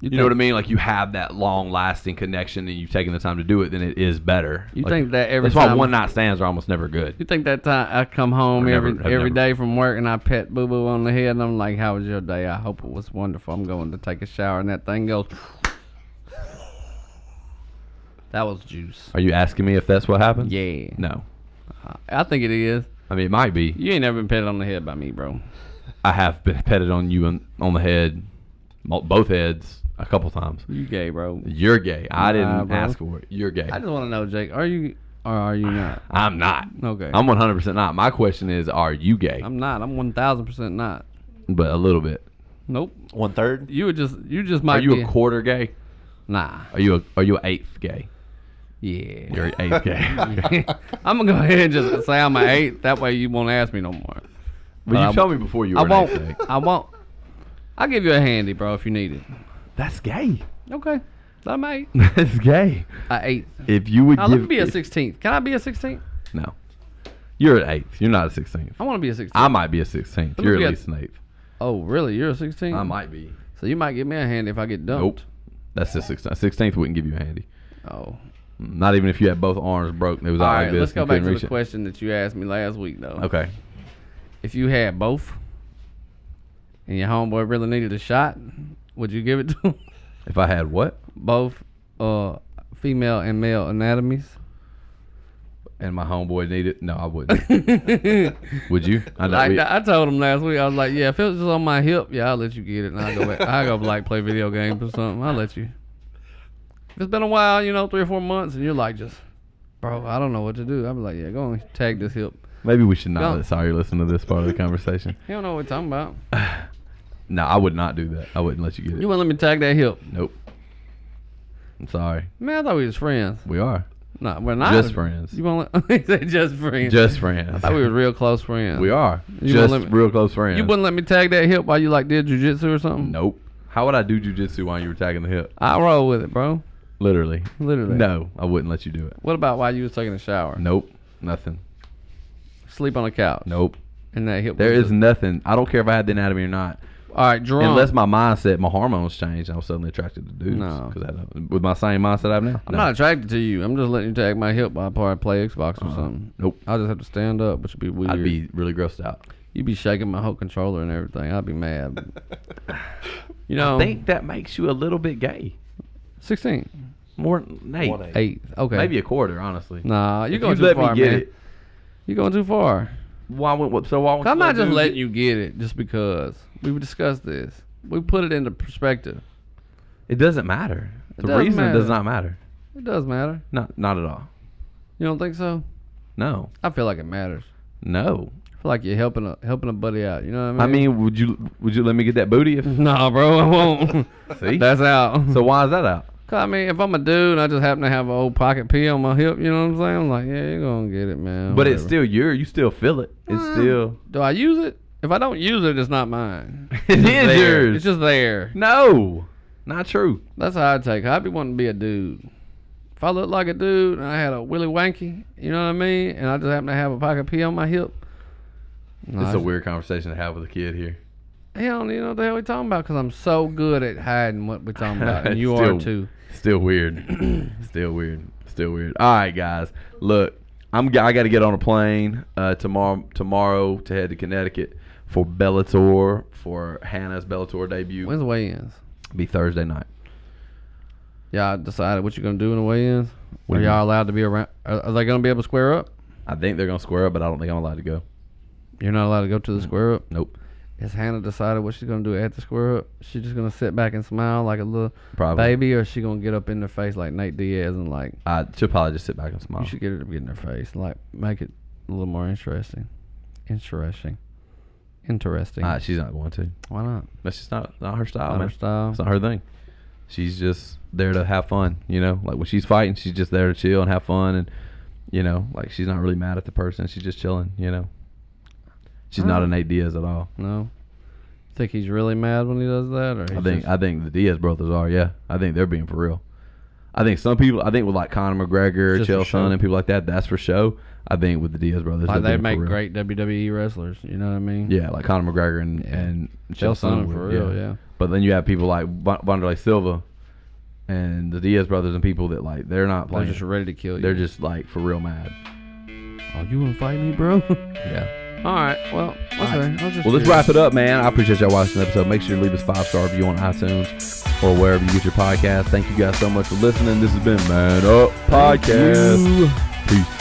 B: you, know what I mean, like you have that long lasting connection and you've taken the time to do it, then it is better.
C: You
B: Like,
C: think that every
B: that's why
C: time-
B: one night stands are almost never
C: You
B: good.
C: think that time I come home
B: I've never-
C: every every
B: I've
C: day
B: never-
C: from work and I pet Boo Boo on the head and I'm like, "How was your day? I hope it was wonderful. I'm going to take a shower." And that thing goes. <laughs> that was juice.
B: Are you asking me if that's what happened?
C: Yeah,
B: No.
C: I think it is.
B: I mean, it might be.
C: You ain't never been petted on the head by me, bro.
B: I have been petted on you on, on the head mo- both heads a couple times.
C: You gay, bro.
B: You're gay. I
C: Nah,
B: didn't
C: bro.
B: ask for it. You're gay.
C: I just want to know, Jake, are you or are you not? <sighs>
B: I'm not.
C: Okay.
B: I'm 100% not. My question is, are you gay?
C: I'm not. I'm one thousand percent not.
B: but a little bit.
C: Nope.
D: One third.
C: You would just you just might
B: Are you
C: be
B: a quarter gay?
C: nah.
B: Are you a are you an eighth gay?
C: Yeah. <laughs>
B: You're an eighth <laughs> gay.
C: I'm gonna go ahead and just say I'm an eight. That way you won't ask me no more.
B: but you
C: I'm-
B: told me before you were
C: I
B: an eighth
C: won't.
B: gay.
C: I won't. I'll give you a handy, bro, if you need it.
B: That's gay. <laughs>
C: Okay. I'm eight.
B: That's gay.
C: A eighth.
B: If you would
C: Now,
B: give
C: let me be a
B: if-
C: sixteenth. Can I be a sixteenth?
B: No, you're an eighth. You're not a sixteenth.
C: I want to be a sixteenth.
B: I might be a sixteenth.
C: Let me
B: You're at
C: be a-
B: least an eighth.
C: oh, really? You're a sixteenth.
B: I might be.
C: So you might give me a handy if I get dumped.
B: Nope. That's the sixteenth. Sixteenth wouldn't give you a handy.
C: Oh.
B: Not even if you had both arms broke. and It was
C: All
B: all
C: right,
B: like this.
C: let's
B: and
C: go back
B: couldn't
C: to
B: reach
C: the
B: it.
C: question that you asked me last week, though.
B: Okay.
C: If you had both, and your homeboy really needed a shot, would you give it to him? <laughs>
B: If I had what
C: both, uh, female and male anatomies? <laughs>
B: and my homeboy needed, no, I
C: <laughs>
B: wouldn't.
C: like
B: Would you? I know we-
C: I told him last week, I was like, yeah, if it was just on my hip, yeah, I'll let you get it, and I go, back, I go <laughs> like play video games or something. I'll let you. If it's been a while, you know, three or four months, and you're like, just, bro, I don't know what to do. I'll be like, yeah, go and tag this hip.
B: maybe we should not.
C: Don't.
B: Let, sorry, listen to this part of the conversation.
C: He don't know what I'm talking about.
B: No, I would not do that. I wouldn't let you get it.
C: You wouldn't let me tag that hip.
B: nope. I'm sorry.
C: Man, I thought we was friends.
B: We are
C: No, we're not.
B: just friends.
C: You won't let <laughs> he said just friends.
B: Just friends.
C: I thought we were real close friends.
B: <laughs> We are
C: You won't
B: just
C: let me-
B: real close friends.
C: You wouldn't let me tag that hip while you like did jujitsu or something.
B: Nope. How would I do jujitsu while you were tagging the hip?
C: I roll with it, bro.
B: Literally.
C: Literally.
B: No, I wouldn't let you do it.
C: What about while you was taking a shower?
B: Nope. Nothing.
C: Sleep on a couch.
B: Nope.
C: And that hip.
B: There
C: was
B: is nothing. I don't care if I had the anatomy or not.
C: just- All right, drunk.
B: Unless my mindset, my hormones changed, and I was suddenly attracted to dudes.
C: No.
B: 'Cause I don't- with my same mindset I have now.
C: I'm not attracted to you. I'm just letting you tag my hip while I probably play Xbox or something.
B: Uh-huh. Nope.
C: I'll just have to stand up, which would be weird.
B: I'd be really grossed out.
C: You'd be shaking my whole controller and everything. I'd
B: <laughs>
C: be mad. you know,
B: that makes you a little bit gay.
C: 16,
B: More than
D: One
C: 8.
D: eighth.
C: Okay.
B: Maybe a quarter, honestly.
C: Nah, you're
B: If you
C: going too
B: let me
C: far,
B: get
C: man.
B: it,
C: You're going too far.
B: why would so why would
C: I'm
B: you let
C: not just
B: dudes
C: letting
B: get-
C: you get it just because. We discussed this. We put it into perspective.
B: It doesn't matter.
C: It
B: the
C: does
B: reason it does not
C: matter.
B: matter.
C: It does matter.
B: Not not at all.
C: You don't think so?
B: No.
C: I feel like it matters.
B: No.
C: I feel like you're helping a helping a buddy out. You know what
B: I
C: I mean?
B: mean, would you would you let me get that booty
C: <laughs>
B: if
C: nah, bro, I <laughs> won't.
B: See?
C: That's out.
B: So why is that out?
C: 'Cause I mean, if I'm a dude and I just happen to have an old pocket pee on my hip, you know what I'm saying? I'm like, yeah, you're gonna get it, man.
B: But it's
C: whatever.
B: still your. You still feel it. It's
C: <laughs>
B: still.
C: Do I use it? If I don't use it, it's not mine.
B: It is
C: There.
B: yours.
C: It's just there.
B: no, not true.
C: That's how I take. it. I'd be wanting to be a dude. If I look like a dude and I had a willy wanky, you know what I mean, and I just happen to have a pocket pee on my hip. No,
B: It's a weird conversation to have with a kid here.
C: He don't even know what the hell we talking about because I'm so good at hiding what we're talking
B: <laughs>
C: about, and you are
B: Still-
C: too.
B: Still weird.
C: <clears throat>
B: still weird. Still weird. All right, guys. Look, I'm. g- I got to get on a plane uh, tomorrow. Tomorrow to head to Connecticut for Bellator for Hannah's Bellator debut.
C: When's the weigh-ins?
B: Be Thursday night.
C: Y'all decided what you're gonna do in the weigh-ins?
B: What
C: are
B: do you
C: y'all allowed to be around? Are, are they gonna be able to square up?
B: I think they're gonna square up, but I don't think I'm allowed to go.
C: You're not allowed to go to
B: Mm.
C: the square up.
B: Nope.
C: Has Hannah decided what she's gonna do at the square up? She just gonna sit back and smile like a little
B: Probably.
C: baby, or she gonna get up in their face like Nate Diaz and like
B: I should probably just sit back and smile.
C: You should get it to be in their face. Like, make it a little more interesting. Interesting. Interesting.
B: Uh, she's not going to.
C: Why not?
B: That's just not not her style,
C: Not her
B: man.
C: style.
B: It's not her thing. She's just there to have fun, you know. Like when she's fighting, she's just there to chill and have fun, and you know, like she's not really mad at the person. She's just chilling, you know. She's not
C: Alright.
B: an eight Diaz at all.
C: No. Think he's really mad when he does that, or
B: I
C: he's
B: think
C: just-
B: I think the Diaz brothers are. Yeah, I think they're being for real. I think some people, I think with like Conor McGregor,
C: Just for
B: Chael
C: show.
B: Sonnen, and people like that, that's for show. I think with the Diaz brothers,
C: like
B: they're being for
C: they make
B: real.
C: great WWE wrestlers. You know what I mean?
B: Yeah, like Conor McGregor and
C: Yeah.
B: and
C: Chael Sonnen
B: would,
C: for real. Yeah.
B: But then you have people like Va- Wanderlei Silva and the Diaz brothers and people that like they're not
C: They're
B: playing.
C: just ready to kill you.
B: They're just like for real mad.
C: Oh, you wanna fight me, bro? <laughs> All
B: Yeah.
C: right. Well, okay. I was just
B: Well, let's
C: curious.
B: wrap it up, man. I appreciate y'all watching the episode. Make sure to leave us five star review on iTunes or wherever you get your podcast. Thank you guys so much for listening. This has been Man Up Podcast. Peace.